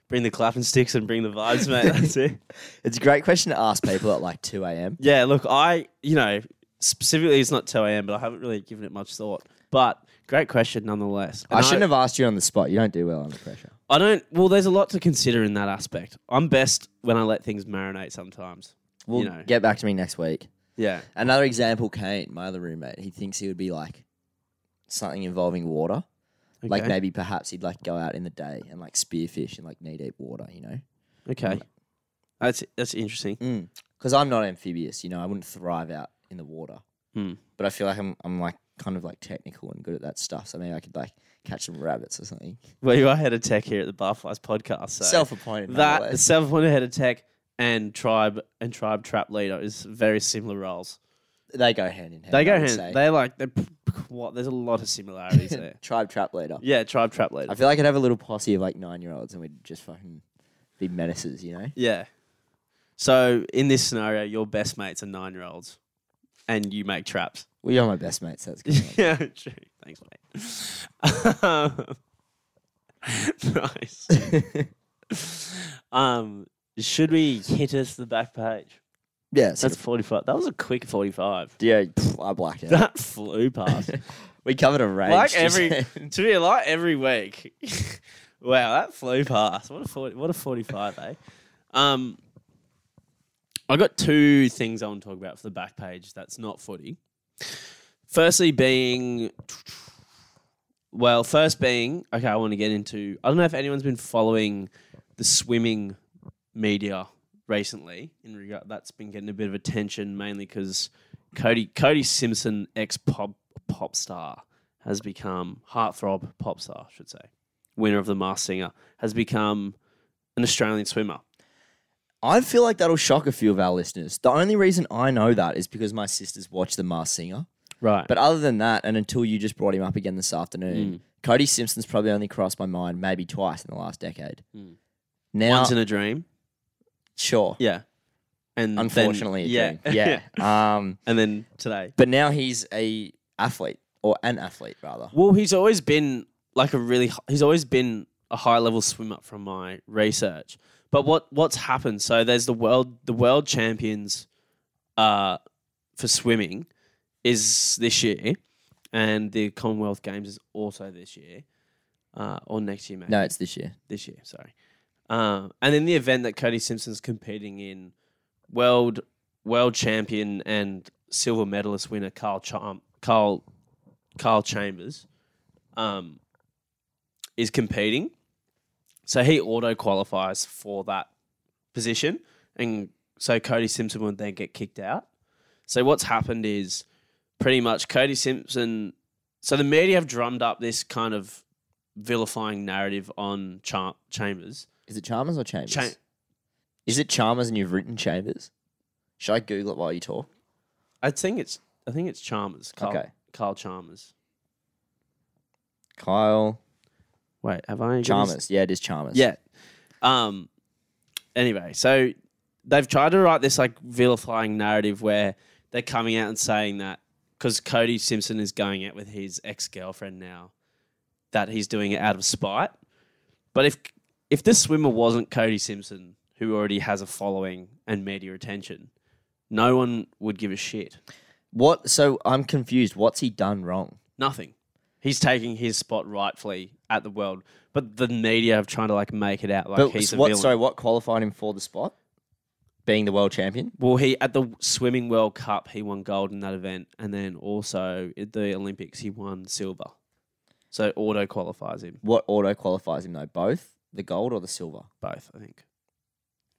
Speaker 2: bring the clapping sticks and bring the vibes, mate. That's it.
Speaker 1: It's a great question to ask people at like two AM.
Speaker 2: Yeah, look, I, you know, specifically it's not 2 a.m., but I haven't really given it much thought. But great question nonetheless.
Speaker 1: I
Speaker 2: And
Speaker 1: shouldn't have asked you on the spot. You don't do well under pressure.
Speaker 2: I don't, well, there's a lot to consider in that aspect. I'm best when I let things marinate sometimes.
Speaker 1: Well
Speaker 2: you know.
Speaker 1: get back to me next week.
Speaker 2: Yeah.
Speaker 1: Another example, Kane, my other roommate, he thinks he would be like something involving water. Like
Speaker 2: Okay.
Speaker 1: maybe perhaps he'd like go out in the day and like spearfish in like knee deep water, you know?
Speaker 2: Okay. That's, that's interesting.
Speaker 1: Because I'm not amphibious, you know, I wouldn't thrive out in the water.
Speaker 2: Hmm.
Speaker 1: But I feel like I'm, I'm like kind of like technical and good at that stuff. So maybe I could like catch some rabbits or something.
Speaker 2: Well, you are head of tech here at the Barflies podcast. So
Speaker 1: Self appointed.
Speaker 2: that, self appointed head of tech and tribe and tribe trap leader is very similar roles.
Speaker 1: they go hand in hand.
Speaker 2: They
Speaker 1: I
Speaker 2: go
Speaker 1: would
Speaker 2: hand,
Speaker 1: say.
Speaker 2: they're like, they're, p- p- what, there's a lot of similarities there.
Speaker 1: Tribe trap leader.
Speaker 2: Yeah, tribe trap leader.
Speaker 1: I feel like I'd have a little posse of like nine year olds and we'd just fucking be menaces, you know?
Speaker 2: Yeah. So in this scenario, your best mates are nine year olds, and you make traps.
Speaker 1: We are my best mates. That's good.
Speaker 2: yeah, true. Thanks, mate. Um, nice. um, should we hit us the back page?
Speaker 1: yeah, so
Speaker 2: That's forty five. That was a quick forty five.
Speaker 1: yeah, pff, I blacked out.
Speaker 2: That flew past.
Speaker 1: we covered a range.
Speaker 2: like
Speaker 1: just
Speaker 2: every
Speaker 1: then.
Speaker 2: to be like every week. wow, that flew past. What a 40, what a forty five, eh? Um, I got two things I want to talk about for the back page. That's not footy. Firstly, being well, first being okay. I want to get into. I don't know if anyone's been following the swimming media recently. In regard, that's been getting a bit of attention mainly because Cody Cody Simpson, ex pop pop star, has become heartthrob pop star, I should say, winner of the Masked Singer, has become an Australian swimmer.
Speaker 1: I feel like that'll shock a few of our listeners. The only reason I know that is because my sisters watch The Masked Singer.
Speaker 2: Right.
Speaker 1: But other than that, and until you just brought him up again this
Speaker 2: Mm.
Speaker 1: afternoon, Cody Simpson's probably only crossed my mind maybe twice in the last decade.
Speaker 2: Mm.
Speaker 1: Now,
Speaker 2: once in a dream.
Speaker 1: sure,
Speaker 2: Yeah. And then-
Speaker 1: unfortunately,
Speaker 2: yeah,
Speaker 1: yeah, yeah. yeah. Um,
Speaker 2: and then today.
Speaker 1: but now he's a athlete or an athlete rather.
Speaker 2: Well, he's always been like a really h- he's always been a high level swimmer from my research. But what what's happened? So there's the world the world champions uh, for swimming is this year, and the Commonwealth Games is also this year uh, or next year maybe
Speaker 1: No, it's this year.
Speaker 2: this year. Sorry. Um, and then the event that Cody Simpson's competing in, world world champion and silver medalist winner Carl Cham- Carl Carl Chambers, um, is competing. So he auto qualifies for that position, and so Cody Simpson would then get kicked out. So what's happened is pretty much Cody Simpson. So the media have drummed up this kind of vilifying narrative on Cham- Chambers.
Speaker 1: Is it Chalmers or Chambers?
Speaker 2: Cha-
Speaker 1: is it Chalmers and you've written Chambers? Should I Google it while you talk?
Speaker 2: I think it's I think it's Chalmers. Carl,
Speaker 1: Okay.
Speaker 2: Carl Chalmers.
Speaker 1: Kyle
Speaker 2: Wait, have I given this-
Speaker 1: Chalmers. Yeah, it is Chalmers.
Speaker 2: Yeah. Um. Anyway, so they've tried to write this like vilifying narrative where they're coming out and saying that because Cody Simpson is going out with his ex girlfriend now, that he's doing it out of spite. But if if this swimmer wasn't Cody Simpson, who already has a following and media attention, no one would give a shit.
Speaker 1: What? So I'm confused. What's he done wrong?
Speaker 2: Nothing. He's taking his spot rightfully at the world, but the media have trying to like make it out like
Speaker 1: But
Speaker 2: he's a
Speaker 1: what?
Speaker 2: villain.
Speaker 1: Sorry, what qualified him for the spot? Being the world champion.
Speaker 2: Well, he at the swimming World Cup, he won gold in that event, and then also at the Olympics, he won silver. So auto qualifies him
Speaker 1: What auto qualifies him though? Both the gold or the silver?
Speaker 2: both, I think.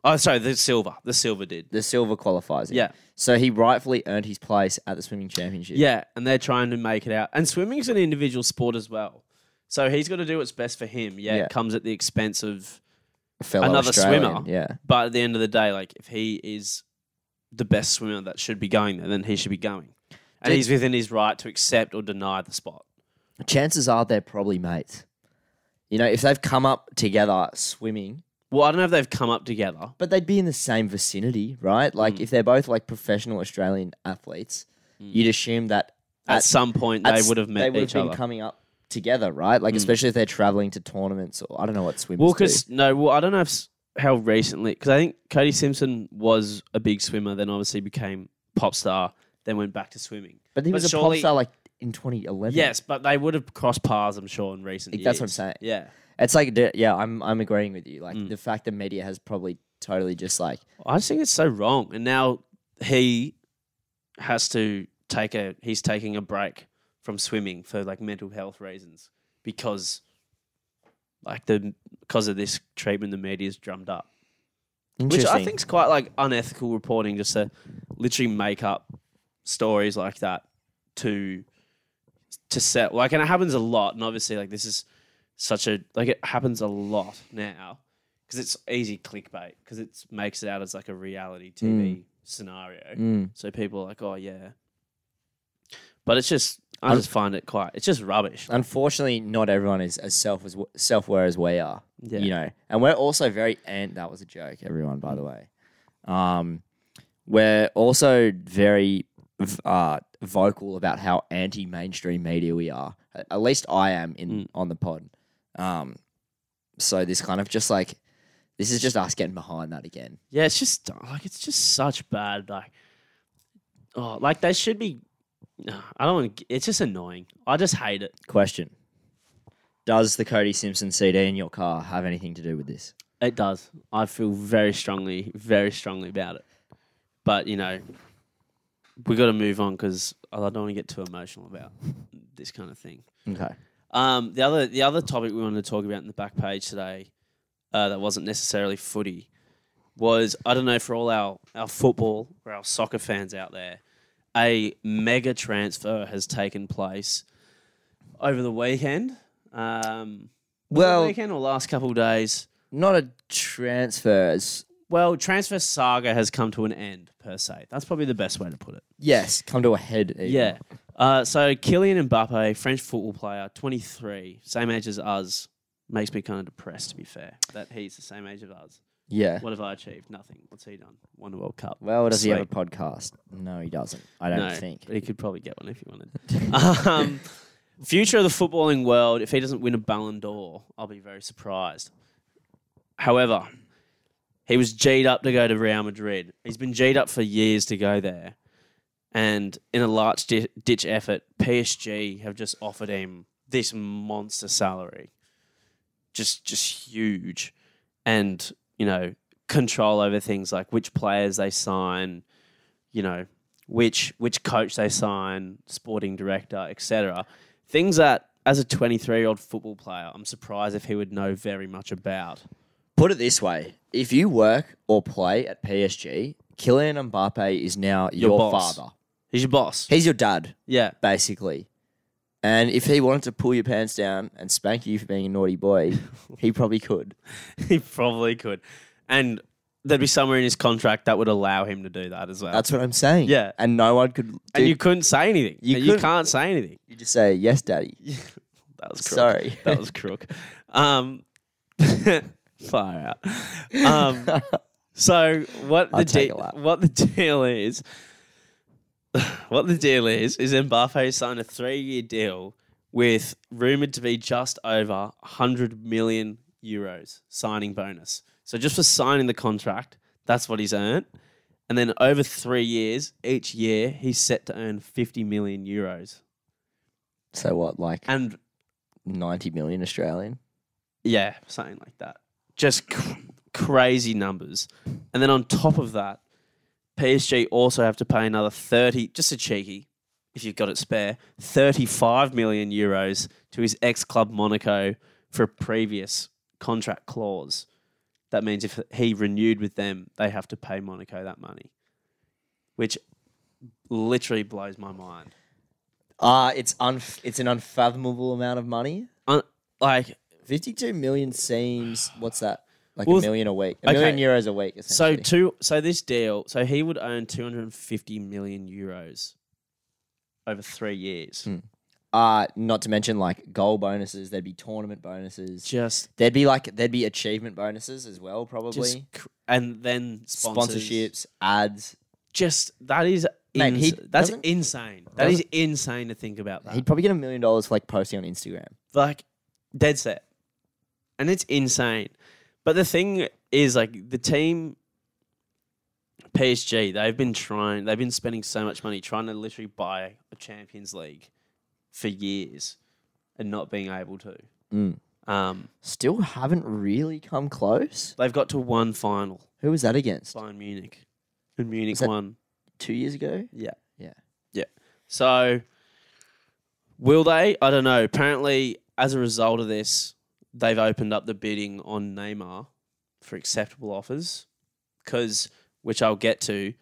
Speaker 2: Oh, sorry, the silver, the silver did.
Speaker 1: The silver qualifies him.
Speaker 2: Yeah,
Speaker 1: So he rightfully earned his place at the swimming championship.
Speaker 2: yeah, and they're trying to make it out. And swimming's an individual sport as well, so he's got to do what's best for him. Yeah,
Speaker 1: Yeah.
Speaker 2: it comes at the expense of,
Speaker 1: Fellow
Speaker 2: Another
Speaker 1: Australian,
Speaker 2: swimmer.
Speaker 1: Yeah.
Speaker 2: but at the end of the day, like if he is the best swimmer that should be going there, then he should be going, and
Speaker 1: Did-
Speaker 2: he's within his right to accept or deny the spot.
Speaker 1: Chances are they're probably mates. You know, if they've come up together swimming,
Speaker 2: Well, I don't know if they've come up together.
Speaker 1: but they'd be in the same vicinity, right?
Speaker 2: Mm.
Speaker 1: Like if they're both like professional Australian athletes, you'd assume that
Speaker 2: at,
Speaker 1: at-
Speaker 2: some point
Speaker 1: at
Speaker 2: Mm. they
Speaker 1: s-
Speaker 2: would have
Speaker 1: they
Speaker 2: met
Speaker 1: would
Speaker 2: each
Speaker 1: have been
Speaker 2: other. Mm.
Speaker 1: coming up together, right? Like especially if they're traveling to tournaments or I don't know what swimmers
Speaker 2: well,
Speaker 1: do.
Speaker 2: because no, well, I don't know if, s- how recently because I think Cody Simpson was a big swimmer, then obviously became pop star, then went back to swimming.
Speaker 1: But he was a pop
Speaker 2: surely-
Speaker 1: star like in 2011.
Speaker 2: Yes, but they would have crossed paths, I'm sure, in recent
Speaker 1: Like,
Speaker 2: years.
Speaker 1: that's what I'm saying.
Speaker 2: Yeah,
Speaker 1: It's like, d- yeah, I'm I'm agreeing with you.
Speaker 2: Mm.
Speaker 1: Like the fact that media has probably totally just like,
Speaker 2: I just think it's so wrong, and now he has to take a he's taking a break from swimming for like mental health reasons because like the because of this treatment the media's drummed up. which
Speaker 1: interesting.
Speaker 2: I think's quite like unethical reporting, just to literally make up stories like that to to set like, and it happens a lot. And obviously, like this is such a like it happens a lot now because it's easy clickbait because it makes it out as like a reality TV scenario.
Speaker 1: Mm.
Speaker 2: So people are like, oh yeah, but it's just I
Speaker 1: I'm-
Speaker 2: just find it quite it's just rubbish.
Speaker 1: Unfortunately, not everyone is as self as self aware as we are.
Speaker 2: Yeah.
Speaker 1: You know, and we're also very and that was a joke, everyone. By the way, Um, we're also very v- uh, vocal about how anti-mainstream media we are. A- At least I am in
Speaker 2: Mm.
Speaker 1: on the pod. Um, so this kind of just like this is just us getting behind that again.
Speaker 2: Yeah, it's just like it's just such bad. Like, oh, like they should be. No, I don't. want to It's just annoying. I just hate it.
Speaker 1: Question: Does the Cody Simpson CD in your car have anything to do with this?
Speaker 2: It does. I feel very strongly, very strongly about it. But you know, we got to move on because I don't want to get too emotional about this kind of thing.
Speaker 1: Okay.
Speaker 2: Um, the other the other topic we wanted to talk about in the back page today, uh, that wasn't necessarily footy, was I don't know for all our our football or our soccer fans out there, a mega transfer has taken place over the weekend. Um, was it
Speaker 1: Well-
Speaker 2: weekend or last couple of days.
Speaker 1: Not a transfer. It's,
Speaker 2: Well, transfer saga has come to an end per se. That's probably the best way to put it.
Speaker 1: yes, come to a head. even.
Speaker 2: Yeah. Uh, so Kylian Mbappe, French football player, 23, same age as us. Makes me kind of depressed, to be fair, that he's the same age as us.
Speaker 1: Yeah.
Speaker 2: What have I achieved? Nothing. What's he done? Won the World Cup.
Speaker 1: Well, does he have a
Speaker 2: Sweet.
Speaker 1: podcast? No, he doesn't. I don't think.
Speaker 2: But he could probably get one if he wanted. um, future of the footballing world, if he doesn't win a Ballon d'Or, I'll be very surprised. However, he was G'd up to go to Real Madrid. He's been G'd up for years to go there. And in a large di- ditch effort, PSG have just offered him this monster salary. Just just huge. And, you know, control over things like which players they sign, you know, which which coach they sign, sporting director, etc. Things that as a 23 year old football player, I'm surprised if he would know very much about.
Speaker 1: Put it this way: if you work or play at PSG, Kylian Mbappe is now your,
Speaker 2: boss.
Speaker 1: father.
Speaker 2: He's your boss.
Speaker 1: He's your dad,
Speaker 2: yeah.
Speaker 1: basically. And if he wanted to pull your pants down and spank you for being a naughty boy, he probably could.
Speaker 2: He probably could. And there'd be somewhere in his contract that would allow him to do that as well.
Speaker 1: That's what I'm saying.
Speaker 2: Yeah.
Speaker 1: And no one could.
Speaker 2: and
Speaker 1: do-
Speaker 2: you couldn't say anything.
Speaker 1: You
Speaker 2: You, you
Speaker 1: couldn't-
Speaker 2: can't say anything.
Speaker 1: you just say yes, daddy.
Speaker 2: That was crook.
Speaker 1: Sorry.
Speaker 2: That was crook. Um, far out. Um, so what
Speaker 1: I'll
Speaker 2: the
Speaker 1: take
Speaker 2: de-
Speaker 1: a lap.
Speaker 2: what the deal is? What the deal is is Mbappe signed a three-year deal with rumored to be just over 100 million euros signing bonus. So just for signing the contract, that's what he's earned. And then over three years, each year, he's set to earn 50 million euros.
Speaker 1: So what? Like
Speaker 2: And
Speaker 1: 90 million Australian.
Speaker 2: Yeah, something like that. Just cr- crazy numbers. And then on top of that, PSG also have to pay another 30, just a cheeky, if you've got it spare, 35 million euros to his ex club Monaco for a previous contract clause. That means if he renewed with them, they have to pay Monaco that money, which literally blows my mind.
Speaker 1: Ah, it's unf- it's an unfathomable amount of money.
Speaker 2: Un- like,
Speaker 1: 52 million seems what's that? Like
Speaker 2: Well,
Speaker 1: a million a week. A
Speaker 2: okay.
Speaker 1: million euros a week
Speaker 2: So
Speaker 1: essentially.
Speaker 2: two. So this deal. So he would own 250 million euros over three years.
Speaker 1: uh not to mention like goal bonuses, there'd be tournament bonuses.
Speaker 2: Just,
Speaker 1: there'd be like there'd be achievement bonuses as well
Speaker 2: just,
Speaker 1: probably.
Speaker 2: cr- and then sponsors.
Speaker 1: Sponsorships, ads.
Speaker 2: Just that is.
Speaker 1: Mate,
Speaker 2: ins-
Speaker 1: he
Speaker 2: that's
Speaker 1: doesn't-
Speaker 2: insane. That is insane to think about. That
Speaker 1: He'd probably get a million dollars for like posting on Instagram.
Speaker 2: like dead set, and it's insane. But the thing is, like the team. PSG, they've been trying, they've been spending so much money trying to literally buy a Champions League for years and not being able to.
Speaker 1: Mm.
Speaker 2: Um,
Speaker 1: Still haven't really come close.
Speaker 2: they've got to one final,
Speaker 1: Who was that against?
Speaker 2: Bayern Munich, and Munich
Speaker 1: Is that-
Speaker 2: won.
Speaker 1: Two years ago?
Speaker 2: Yeah,
Speaker 1: Yeah.
Speaker 2: yeah. So, will they? I don't know. Apparently, as a result of this, they've opened up the bidding on Neymar for acceptable offers, because which I'll get to.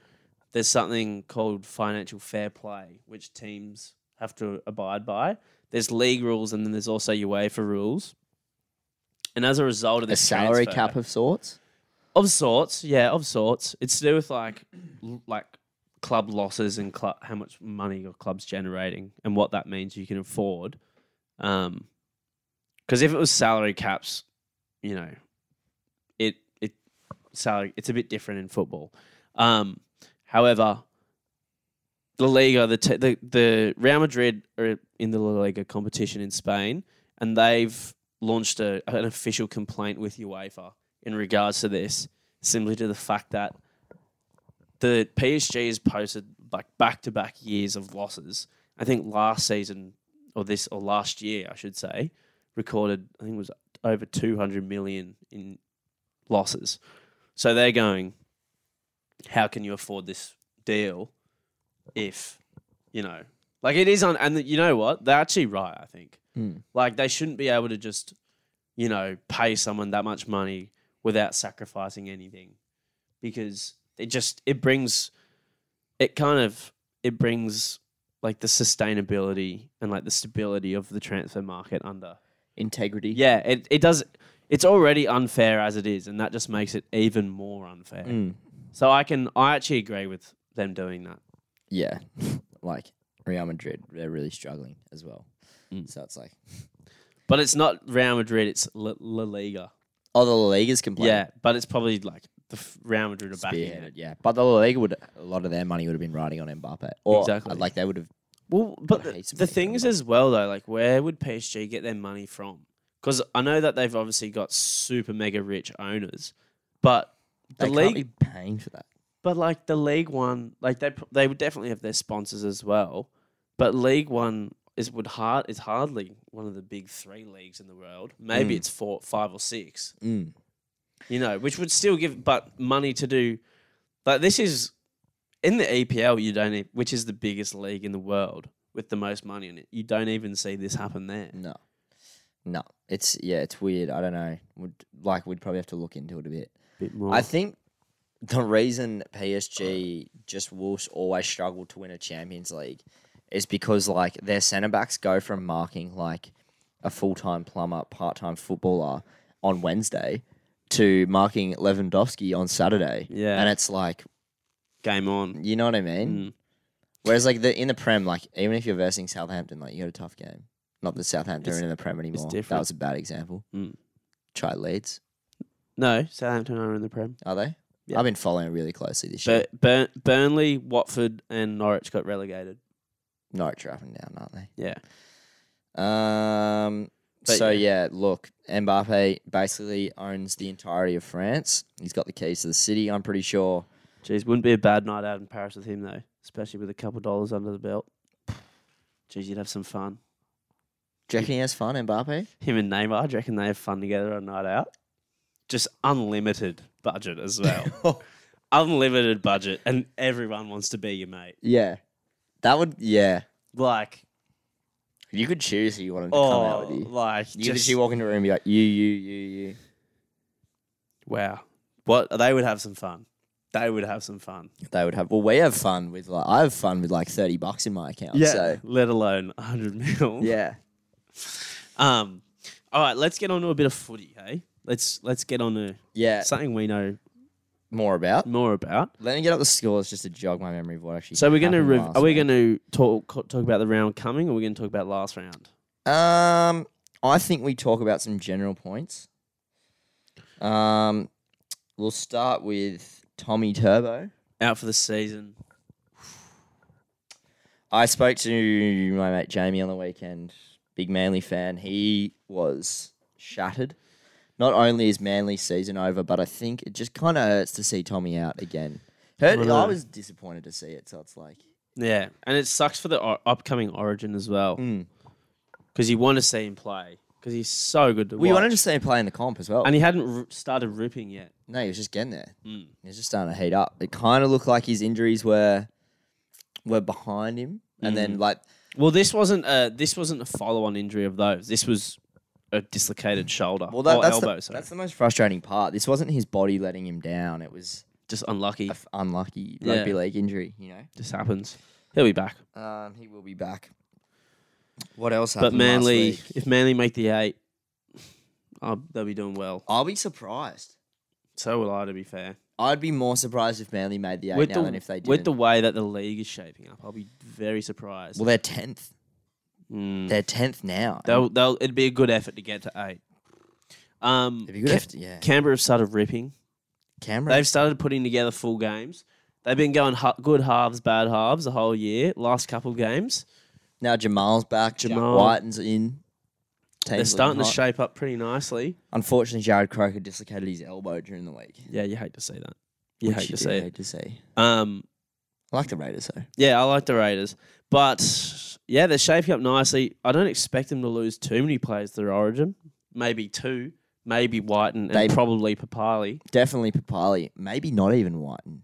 Speaker 2: There's something called financial fair play, which teams have to abide by. There's league rules, and then there's also UEFA rules. And as a result of
Speaker 1: A
Speaker 2: this
Speaker 1: salary
Speaker 2: transfer-
Speaker 1: cap of sorts.
Speaker 2: Of sorts, yeah, of sorts. It's to do with like l- like club losses and club how much money your club's generating and what that means you can afford. Um, because if it was salary caps, you know, it it salary it's a bit different in football. Um, however, La Liga, the, te- the the Real Madrid are in the La Liga competition in Spain, and they've launched a, an official complaint with UEFA in regards to this, simply to the fact that the PSG has posted like back to back years of losses. I think last season or this or last year, I should say, recorded I think it was over two hundred million in losses. So they're going, how can you afford this deal if, you know, like it is on, and you know what? They're actually right, I think.
Speaker 1: Mm.
Speaker 2: Like they shouldn't be able to just, you know, pay someone that much money without sacrificing anything because it just, it brings, it kind of, it brings like the sustainability and like the stability of the transfer market under
Speaker 1: Integrity.
Speaker 2: yeah, it, it does. It's already unfair as it is, and that just makes it even more unfair.
Speaker 1: Mm.
Speaker 2: So I can, I actually agree with them doing that.
Speaker 1: Yeah. like Real Madrid, they're really struggling as well.
Speaker 2: Mm.
Speaker 1: So it's like,
Speaker 2: But it's not Real Madrid; it's La, La Liga.
Speaker 1: oh, the La Liga's complaining.
Speaker 2: yeah, but it's probably like the f- Real Madrid are back in
Speaker 1: spearheaded.
Speaker 2: it.
Speaker 1: Yeah, but the La Liga would a lot of their money would have been riding on Mbappe, or
Speaker 2: Exactly.
Speaker 1: like they would have.
Speaker 2: Well, but
Speaker 1: I
Speaker 2: the,
Speaker 1: hate
Speaker 2: the
Speaker 1: somebody
Speaker 2: thing
Speaker 1: who
Speaker 2: is as well though, like where would PSG get their money from? Because I know that they've obviously got super mega rich owners, but the
Speaker 1: They
Speaker 2: league
Speaker 1: can't be paying for that.
Speaker 2: But like the League One, like they pr- they would definitely have their sponsors as well. But League One is would hard is hardly one of the big three leagues in the world. Maybe
Speaker 1: Mm.
Speaker 2: it's four, five or six.
Speaker 1: Mm.
Speaker 2: You know, which would still give but money to do. But this is in the EPL. You don't, e- which is the biggest league in the world with the most money in it. You don't even see this happen there.
Speaker 1: No, no, it's yeah, it's weird. I don't know. Would like we'd probably have to look into it a bit.
Speaker 2: Bit more.
Speaker 1: I think the reason PSG just will s- always struggle to win a Champions League is because like their centre backs go from marking like a full time plumber, part time footballer on Wednesday to marking Lewandowski on Saturday.
Speaker 2: Yeah.
Speaker 1: and it's like
Speaker 2: Game on.
Speaker 1: you know what I mean.
Speaker 2: Mm.
Speaker 1: Whereas like the in the Prem, like even if you're versing Southampton, like you got a tough game. Not that Southampton
Speaker 2: It's-
Speaker 1: are in the Prem anymore. That
Speaker 2: different.
Speaker 1: was a bad example.
Speaker 2: Mm.
Speaker 1: Try Leeds,
Speaker 2: No, Southampton are in the Prem.
Speaker 1: are they?
Speaker 2: Yeah.
Speaker 1: I've been following it really closely this year.
Speaker 2: But Burn- Burnley, Watford, and Norwich got relegated.
Speaker 1: Norwich are up and down, aren't they?
Speaker 2: Yeah.
Speaker 1: Um.
Speaker 2: But
Speaker 1: so yeah.
Speaker 2: yeah.
Speaker 1: look, Mbappe basically owns the entirety of France. He's got the keys to the city. I'm pretty sure.
Speaker 2: Jeez, wouldn't be a bad night out in Paris with him though, especially with a couple dollars under the belt. Jeez, you'd have some fun.
Speaker 1: Do you reckon he has fun, Mbappe?
Speaker 2: Him and Neymar, do you reckon they have fun together on a night out? Just unlimited budget as well. unlimited budget, and everyone wants to be your mate.
Speaker 1: yeah, that would. Yeah,
Speaker 2: Like,
Speaker 1: you could choose who you wanted to come out
Speaker 2: oh,
Speaker 1: with you.
Speaker 2: like,
Speaker 1: You could
Speaker 2: just,
Speaker 1: just walk into a room and be like, you, you, you, you.
Speaker 2: wow. What they would have some fun. They would have some fun.
Speaker 1: They would have. Well, we have fun with like I have fun with like thirty bucks in my account. So
Speaker 2: let alone hundred mil.
Speaker 1: yeah,
Speaker 2: Um. All right, let's get on to a bit of footy, hey? Let's let's get on to
Speaker 1: yeah.
Speaker 2: something we know
Speaker 1: More about.
Speaker 2: more about.
Speaker 1: Let me get up the scores just to jog my memory of what actually.
Speaker 2: So we're going to
Speaker 1: happened
Speaker 2: rev-
Speaker 1: last
Speaker 2: are we
Speaker 1: night.
Speaker 2: going to talk co- talk about the round coming, or we're going to talk about last round?
Speaker 1: Um, I think we talk about some general points. Um, we'll start with Tommy Turbo.
Speaker 2: Out for the season.
Speaker 1: I spoke to my mate Jamie on the weekend, big Manly fan. He was shattered. Not only is Manly season over, but I think it just kind of hurts to see Tommy out again. Hurt,
Speaker 2: I know.
Speaker 1: I was disappointed to see it, so it's like,
Speaker 2: Yeah, and it sucks for the o- upcoming Origin as well
Speaker 1: Mm.
Speaker 2: because you want to see him play because he's so good to
Speaker 1: we
Speaker 2: watch.
Speaker 1: wanted to see him play in the comp as well.
Speaker 2: and he hadn't r- started ripping yet.
Speaker 1: no, he was just getting there.
Speaker 2: Mm.
Speaker 1: He was just starting to heat up. It kind of looked like his injuries were were behind him, and
Speaker 2: Hmm.
Speaker 1: then like
Speaker 2: Well, this wasn't a this wasn't a follow on injury of those. This was a dislocated shoulder
Speaker 1: well, that,
Speaker 2: or
Speaker 1: that's
Speaker 2: Oh, elbow.
Speaker 1: the,
Speaker 2: sorry.
Speaker 1: that's the most frustrating part. This wasn't his body letting him down. It was
Speaker 2: just unlucky.
Speaker 1: a f- unlucky
Speaker 2: Yeah.
Speaker 1: rugby league injury. You
Speaker 2: This happens. He'll be back.
Speaker 1: know, um, he will be back. What else happened?
Speaker 2: But
Speaker 1: last
Speaker 2: Manly,
Speaker 1: week?
Speaker 2: if Manly make the eight, oh, they'll be doing well.
Speaker 1: I'll be surprised.
Speaker 2: So will I, to be fair.
Speaker 1: I'd be more surprised if Manly made the eight now than if they didn't.
Speaker 2: With the way that the league is shaping up, I'll be very surprised.
Speaker 1: well, they're tenth.
Speaker 2: Mm.
Speaker 1: They're tenth now.
Speaker 2: They'll, they'll, it'd be a good effort to get to eight. Um,
Speaker 1: It'd be good
Speaker 2: Ca-
Speaker 1: if- yeah.
Speaker 2: Canberra have started ripping.
Speaker 1: Canberra.
Speaker 2: They've started putting together full games. They've been going ha- good halves, bad halves the whole year. Last couple games,
Speaker 1: Now Jamal's back.
Speaker 2: Jamal.
Speaker 1: Whiten's in.
Speaker 2: they're
Speaker 1: Team's
Speaker 2: starting to
Speaker 1: looking hot.
Speaker 2: shape up pretty nicely.
Speaker 1: Unfortunately, Jared Croker dislocated his elbow during the week.
Speaker 2: Yeah, you hate to see that. You
Speaker 1: which
Speaker 2: hate to
Speaker 1: do
Speaker 2: see it.
Speaker 1: hate to see.
Speaker 2: Um,
Speaker 1: I like the Raiders though.
Speaker 2: yeah, I like the Raiders, but yeah, they're shaping up nicely. I don't expect them to lose too many players to their Origin. Maybe two, maybe Whiten, and
Speaker 1: They-
Speaker 2: probably Papali.
Speaker 1: Definitely Papali. Maybe not even Whiten.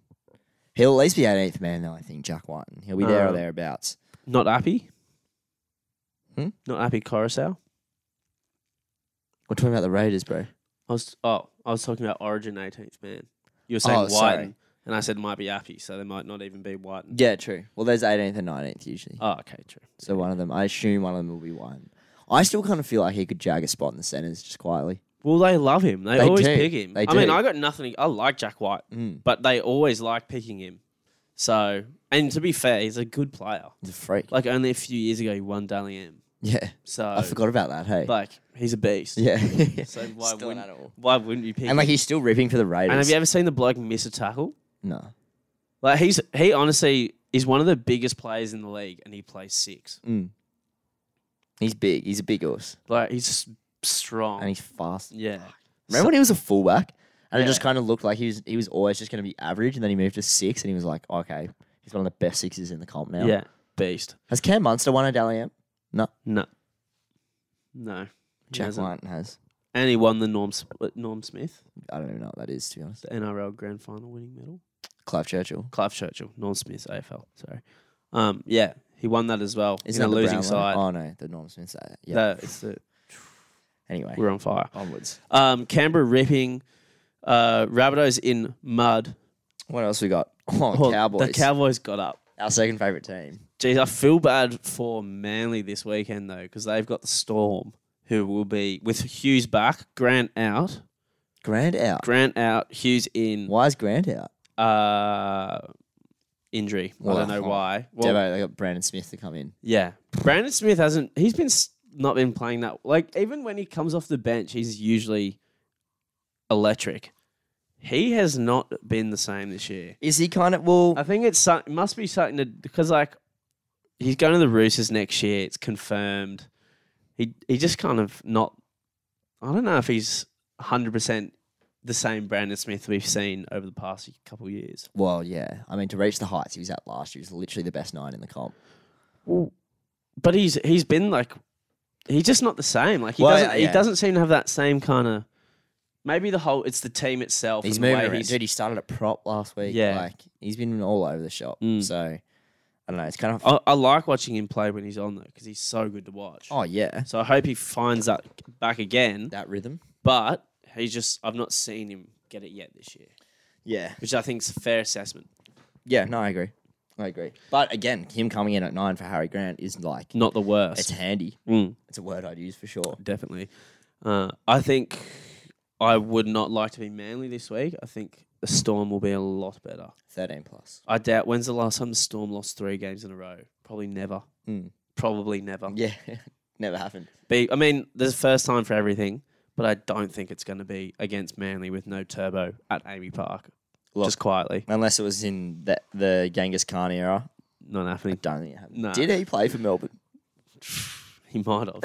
Speaker 1: He'll at least be 18th man though. I think Jack Whiten. He'll be there or
Speaker 2: Um,
Speaker 1: thereabouts.
Speaker 2: Not Appy.
Speaker 1: Hmm?
Speaker 2: Not Appy Coruscant.
Speaker 1: We're talking about the Raiders, bro.
Speaker 2: I was oh, I was talking about Origin 18th man. You were saying
Speaker 1: Oh,
Speaker 2: Whiten,
Speaker 1: sorry.
Speaker 2: and I said it might be Appy, so they might not even be Whiten.
Speaker 1: Yeah, true. Well, there's 18th and 19th usually.
Speaker 2: Oh, okay, true.
Speaker 1: So one of them, I assume one of them will be Whiten. I still kind of feel like he could jag a spot in the centres just quietly.
Speaker 2: Well, they love him. They,
Speaker 1: They
Speaker 2: always
Speaker 1: do.
Speaker 2: pick him.
Speaker 1: They
Speaker 2: I mean,
Speaker 1: do.
Speaker 2: I got nothing. I like Jack White,
Speaker 1: Mm.
Speaker 2: but they always like picking him. So, and to be fair, he's a good player.
Speaker 1: He's a freak.
Speaker 2: Like only a few years ago, he won Daly M.
Speaker 1: yeah,
Speaker 2: So,
Speaker 1: I forgot about that. Hey,
Speaker 2: like he's a beast.
Speaker 1: yeah.
Speaker 2: So why
Speaker 1: Still an
Speaker 2: wouldn't
Speaker 1: animal.
Speaker 2: why wouldn't you pick?
Speaker 1: And like
Speaker 2: him?
Speaker 1: he's still ripping for the Raiders.
Speaker 2: and have you ever seen the bloke miss a tackle?
Speaker 1: no.
Speaker 2: Like he's he honestly is one of the biggest players in the league, and he plays six.
Speaker 1: Mm. He's big. He's a big horse,
Speaker 2: Like he's s- strong.
Speaker 1: and he's fast.
Speaker 2: yeah.
Speaker 1: Remember when he was a fullback, and it just
Speaker 2: Oh. Yeah.
Speaker 1: kind of looked like he was he was always just going to be average, and then he moved to six, and he was like, okay, he's one of the best sixes in the comp now.
Speaker 2: Yeah. Beast.
Speaker 1: Has Cam Munster won a Dally M? No,
Speaker 2: No. No. he
Speaker 1: Jack
Speaker 2: hasn't.
Speaker 1: White has.
Speaker 2: And he won the Norm S- uh, Norm Smith,
Speaker 1: I don't even know what that is to be honest.
Speaker 2: the NRL Grand Final winning medal.
Speaker 1: Clive Churchill.
Speaker 2: Clive Churchill, Norm Smith, AFL. Sorry. Um. Yeah. He won that as well.
Speaker 1: Isn't
Speaker 2: in a
Speaker 1: that the
Speaker 2: losing
Speaker 1: Brownlow?
Speaker 2: side.
Speaker 1: Oh no, the Norm Smith side. Yeah.
Speaker 2: That- it's the-
Speaker 1: anyway,
Speaker 2: we're on fire.
Speaker 1: onwards.
Speaker 2: Um. Canberra ripping. Uh. Rabbitohs in mud.
Speaker 1: What else we got? Oh,
Speaker 2: Oh,
Speaker 1: Cowboys.
Speaker 2: The Cowboys got up.
Speaker 1: Our second favorite team.
Speaker 2: Geez, I feel bad for Manly this weekend though, because they've got the Storm, who will be with Hughes back, Grant out,
Speaker 1: Grand out.
Speaker 2: Grant out, Hughes in
Speaker 1: Why is Grand out?
Speaker 2: uh, injury.
Speaker 1: Well,
Speaker 2: I don't know
Speaker 1: that's
Speaker 2: why. Well,
Speaker 1: Devo, they got Brandon Smith to come in.
Speaker 2: yeah, Brandon Smith hasn't. He's been s- not been playing that. Like even when he comes off the bench, he's usually electric. He has not been the same this year.
Speaker 1: Is he kind of well?
Speaker 2: I think it's some- it must be something to because like he's going to the Roosters next year. It's confirmed. He he just kind of not. I don't know if he's hundred percent the same Brandon Smith we've seen over the past couple of years.
Speaker 1: Well, yeah. I mean, to reach the heights he was at last year, he was literally the best nine in the comp.
Speaker 2: But he's he's been like he's just not the same. Like he
Speaker 1: Well,
Speaker 2: doesn't
Speaker 1: yeah.
Speaker 2: he doesn't seem to have that same kind of. Maybe the whole it's the team itself.
Speaker 1: He's
Speaker 2: and the
Speaker 1: moving
Speaker 2: way
Speaker 1: around.
Speaker 2: he's-
Speaker 1: Dude, he started at prop last week.
Speaker 2: Yeah.
Speaker 1: Like, he's been all over the shop.
Speaker 2: Mm.
Speaker 1: So, I don't know. It's kind of. Oh,
Speaker 2: I, I like watching him play when he's on though because he's so good to watch.
Speaker 1: Oh, yeah.
Speaker 2: So I hope he finds that back again.
Speaker 1: That rhythm.
Speaker 2: but he's just I've not seen him get it yet this year,
Speaker 1: Yeah.
Speaker 2: which I think is a fair assessment.
Speaker 1: Yeah. No, I agree. I agree. But again, him coming in at nine for Harry Grant is like.
Speaker 2: Not the
Speaker 1: It's
Speaker 2: worst,
Speaker 1: handy.
Speaker 2: Mm.
Speaker 1: It's a word I'd use for sure.
Speaker 2: definitely. Uh, I think I would not like to be Manly this week. I think the Storm will be a lot better.
Speaker 1: 13 plus.
Speaker 2: I doubt when's the last time the Storm lost three games in a row. Probably never.
Speaker 1: Mm.
Speaker 2: Probably never.
Speaker 1: Yeah. Never happened.
Speaker 2: Be, I mean, there's a first time for everything, but I don't think it's going to be against Manly with no turbo at Amy Park.
Speaker 1: Look.
Speaker 2: Just quietly,
Speaker 1: Unless it was in the, the Genghis Khan era.
Speaker 2: not happening.
Speaker 1: Don't think it happened.
Speaker 2: Nah.
Speaker 1: Did he play for Melbourne?
Speaker 2: He might have.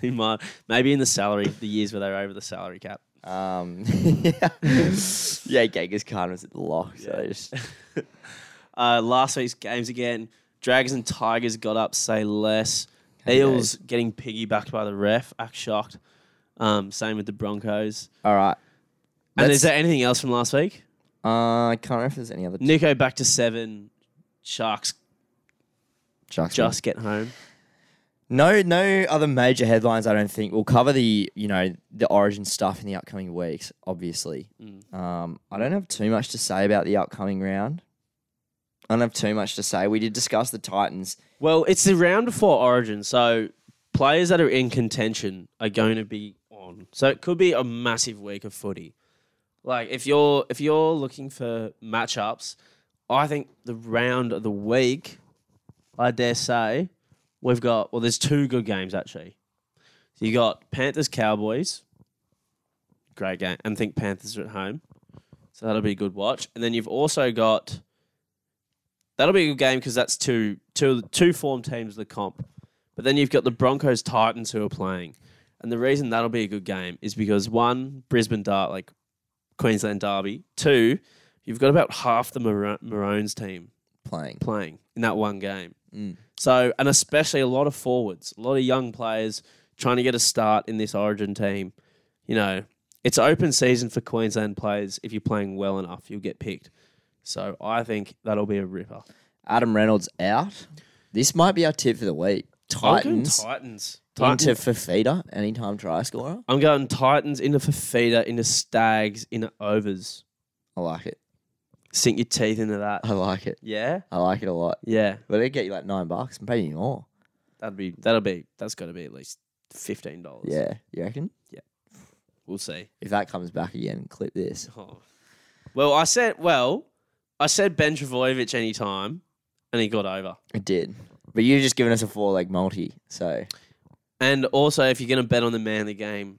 Speaker 2: he might. Maybe in the salary, the years where they were over the salary cap.
Speaker 1: Um, yeah. yeah, Genghis Khan was at the lock. So
Speaker 2: Yeah.
Speaker 1: just
Speaker 2: Uh, last week's games again. Dragons and Tigers got up, say less. Eels getting piggybacked by the ref. Act shocked. Um, same with the Broncos.
Speaker 1: All right.
Speaker 2: And
Speaker 1: Let's-
Speaker 2: is there anything else from last week?
Speaker 1: Uh, I can't remember if there's any other
Speaker 2: Nico back to seven. Sharks
Speaker 1: Sharks.
Speaker 2: just get home.
Speaker 1: no, no other major headlines. I don't think we'll cover the you know the origin stuff in the upcoming weeks. Obviously,
Speaker 2: Mm.
Speaker 1: um, I don't have too much to say about the upcoming round. I don't have too much to say. We did discuss the Titans.
Speaker 2: Well, it's the round before Origin, so players that are in contention are going to be on. So it could be a massive week of footy. Like if you're if you're looking for matchups, I think the round of the week, I dare say, we've got well, there's two good games actually. So you got Panthers Cowboys, great game, and I think Panthers are at home, so that'll be a good watch. And then you've also got That'll be a good game because that's two two two form teams of the comp. But then you've got the Broncos Titans who are playing. And the reason that'll be a good game is because one, Brisbane Dart like Queensland Derby. Two, you've got about half the Mar- Maroons team
Speaker 1: playing.
Speaker 2: playing in that one game.
Speaker 1: Mm.
Speaker 2: So, and especially a lot of forwards, a lot of young players trying to get a start in this Origin team. You know, it's open season for Queensland players. If you're playing well enough, you'll get picked. So, I think that'll be a ripper.
Speaker 1: Adam Reynolds out. This might be our tip for the week.
Speaker 2: I'm going
Speaker 1: Titans
Speaker 2: Titans. Titans.
Speaker 1: into Fafita, anytime try scorer.
Speaker 2: I'm going Titans into Fafita, into Stags, into overs.
Speaker 1: I like it.
Speaker 2: Sink your teeth into that.
Speaker 1: I like it.
Speaker 2: Yeah,
Speaker 1: I like it a lot.
Speaker 2: yeah.
Speaker 1: But it'd get you like nine bucks and maybe more.
Speaker 2: That'd be that'll be that's got to be at least fifteen dollars.
Speaker 1: Yeah, you reckon?
Speaker 2: we'll see.
Speaker 1: If that comes back again, clip this.
Speaker 2: Oh. Well, I said well, I said Ben Travojevic any time, and he got over.
Speaker 1: It did. But you've just given us a four leg multi, so
Speaker 2: And also, if you're going to bet on the Manly game,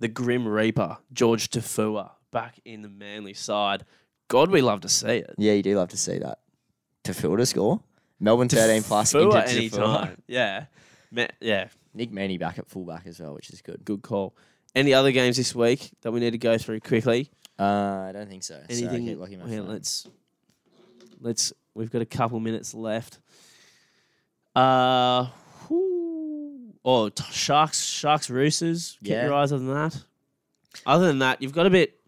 Speaker 2: the Grim Reaper George Tafua back in the Manly side. God, we love to see it.
Speaker 1: yeah, you do love to see that. To field a score. Melbourne thirteen plus into
Speaker 2: Tafua
Speaker 1: Tafua.
Speaker 2: any time. Yeah, Ma- yeah.
Speaker 1: Nick Manny back at fullback as well, which is good.
Speaker 2: Good call. Any other games this week that we need to go through quickly?
Speaker 1: Uh, I don't think so. Sorry, I
Speaker 2: Anything?
Speaker 1: keep locking my
Speaker 2: yeah,
Speaker 1: phone.
Speaker 2: let's let's. We've got a couple minutes left. Uh, whoo. oh, t- sharks, sharks, roosters. Keep
Speaker 1: Yeah.
Speaker 2: your eyes on that. Other than that, you've got a bit.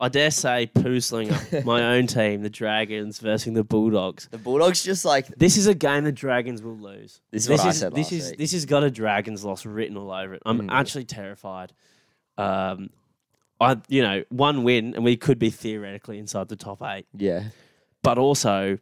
Speaker 2: I dare say, poosling up my own team, the Dragons versus the Bulldogs.
Speaker 1: The Bulldogs just like
Speaker 2: This is a game the Dragons will lose.
Speaker 1: This is what I
Speaker 2: is
Speaker 1: said
Speaker 2: this
Speaker 1: last
Speaker 2: is
Speaker 1: week.
Speaker 2: this has got a Dragons loss written all over it. I'm
Speaker 1: Mm.
Speaker 2: actually terrified. Um, I you know one win and we could be theoretically inside the top eight,
Speaker 1: yeah.
Speaker 2: but also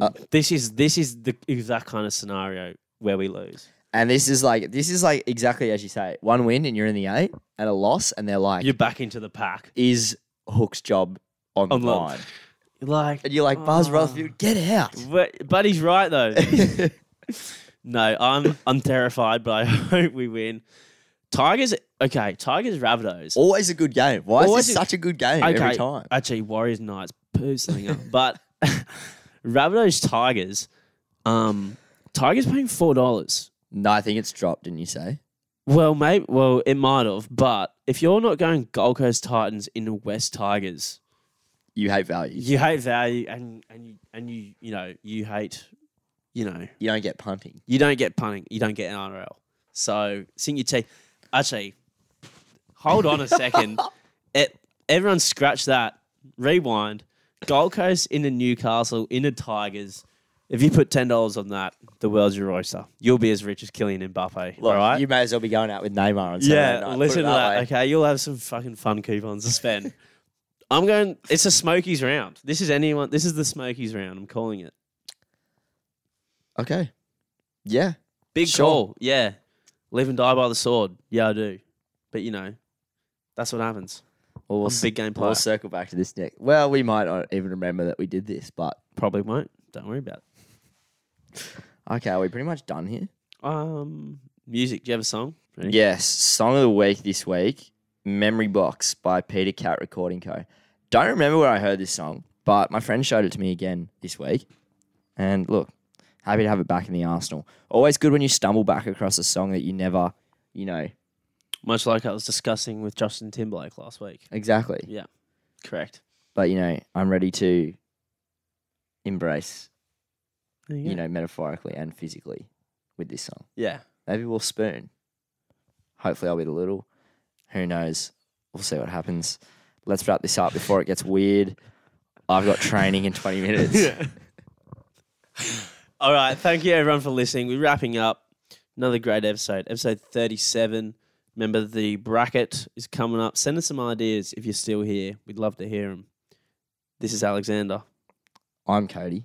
Speaker 1: Uh,
Speaker 2: this is this is the exact kind of scenario where we lose.
Speaker 1: And this is like this is like exactly as you say. One win and you're in the eight, and a loss, and they're like,
Speaker 2: You're back into the pack.
Speaker 1: "Is Hook's job on,
Speaker 2: On
Speaker 1: the
Speaker 2: the-
Speaker 1: line?"
Speaker 2: Like,
Speaker 1: And you're like, "Buzz
Speaker 2: Ah.
Speaker 1: Rutherford, get out!"
Speaker 2: but, but he's right though. No, I'm I'm terrified, but I hope we win. Tigers, okay, Tigers, Rabbitohs.
Speaker 1: Always a good game. Why is
Speaker 2: Always
Speaker 1: this
Speaker 2: a-
Speaker 1: such a good game every time?
Speaker 2: Actually, Warriors Knights poosling up. But Rabbitohs Tigers, um, Tigers paying four dollars.
Speaker 1: No, I think it's dropped. Didn't you say?
Speaker 2: Well, maybe. Well, it might have. But if you're not going Gold Coast Titans into West Tigers,
Speaker 1: You hate value.
Speaker 2: you hate value, and and you and you you know you hate, you know
Speaker 1: You don't get punting.
Speaker 2: you don't get punting, you don't get NRL. So sink your teeth. Actually, hold on a second. It, everyone scratch that. Rewind. Gold Coast into Newcastle into Tigers. If you put ten dollars on that, the world's your oyster. You'll be as rich as Killian Mbappe. all
Speaker 1: Look,
Speaker 2: right.
Speaker 1: you may as well be going out with Neymar on Saturday
Speaker 2: yeah.
Speaker 1: night, put
Speaker 2: listen
Speaker 1: it
Speaker 2: to that.
Speaker 1: way.
Speaker 2: Okay, you'll have some fucking fun coupons to spend. I'm going. It's a Smokies round. This is anyone. This is the Smokies round. I'm calling it.
Speaker 1: Okay. Yeah.
Speaker 2: Big
Speaker 1: Sure.
Speaker 2: call. Yeah. Live and die by the sword. Yeah, I do. But you know, that's what happens.
Speaker 1: Well, we'll,
Speaker 2: I'm a big game
Speaker 1: we'll
Speaker 2: player.
Speaker 1: circle back to this next. Well, we might not even remember that we did this, but
Speaker 2: Probably won't. Don't worry about it.
Speaker 1: okay, are we pretty much done here?
Speaker 2: Um, music. Do you have a song? Ready?
Speaker 1: Yes, song of the week this week, "Memory Box" by Peter Cat Recording Co. Don't remember where I heard this song, but my friend showed it to me again this week, and look, happy to have it back in the arsenal. Always good when you stumble back across a song that you never, you know,
Speaker 2: Much like I was discussing with Justin Timberlake last week.
Speaker 1: exactly.
Speaker 2: Yeah. Correct.
Speaker 1: But you know, I'm ready to embrace,
Speaker 2: There
Speaker 1: you
Speaker 2: go.
Speaker 1: know, metaphorically and physically with this song.
Speaker 2: Yeah.
Speaker 1: Maybe we'll spoon. Hopefully, I'll be the little. Who knows? We'll see what happens. Let's wrap this up before it gets weird. I've got training in 20 minutes.
Speaker 2: All right. Thank you, everyone, for listening. We're wrapping up another great episode, episode 37. Remember, the bracket is coming up. Send us some ideas if you're still here. We'd love to hear them. This is Alexander,
Speaker 1: I'm Cody.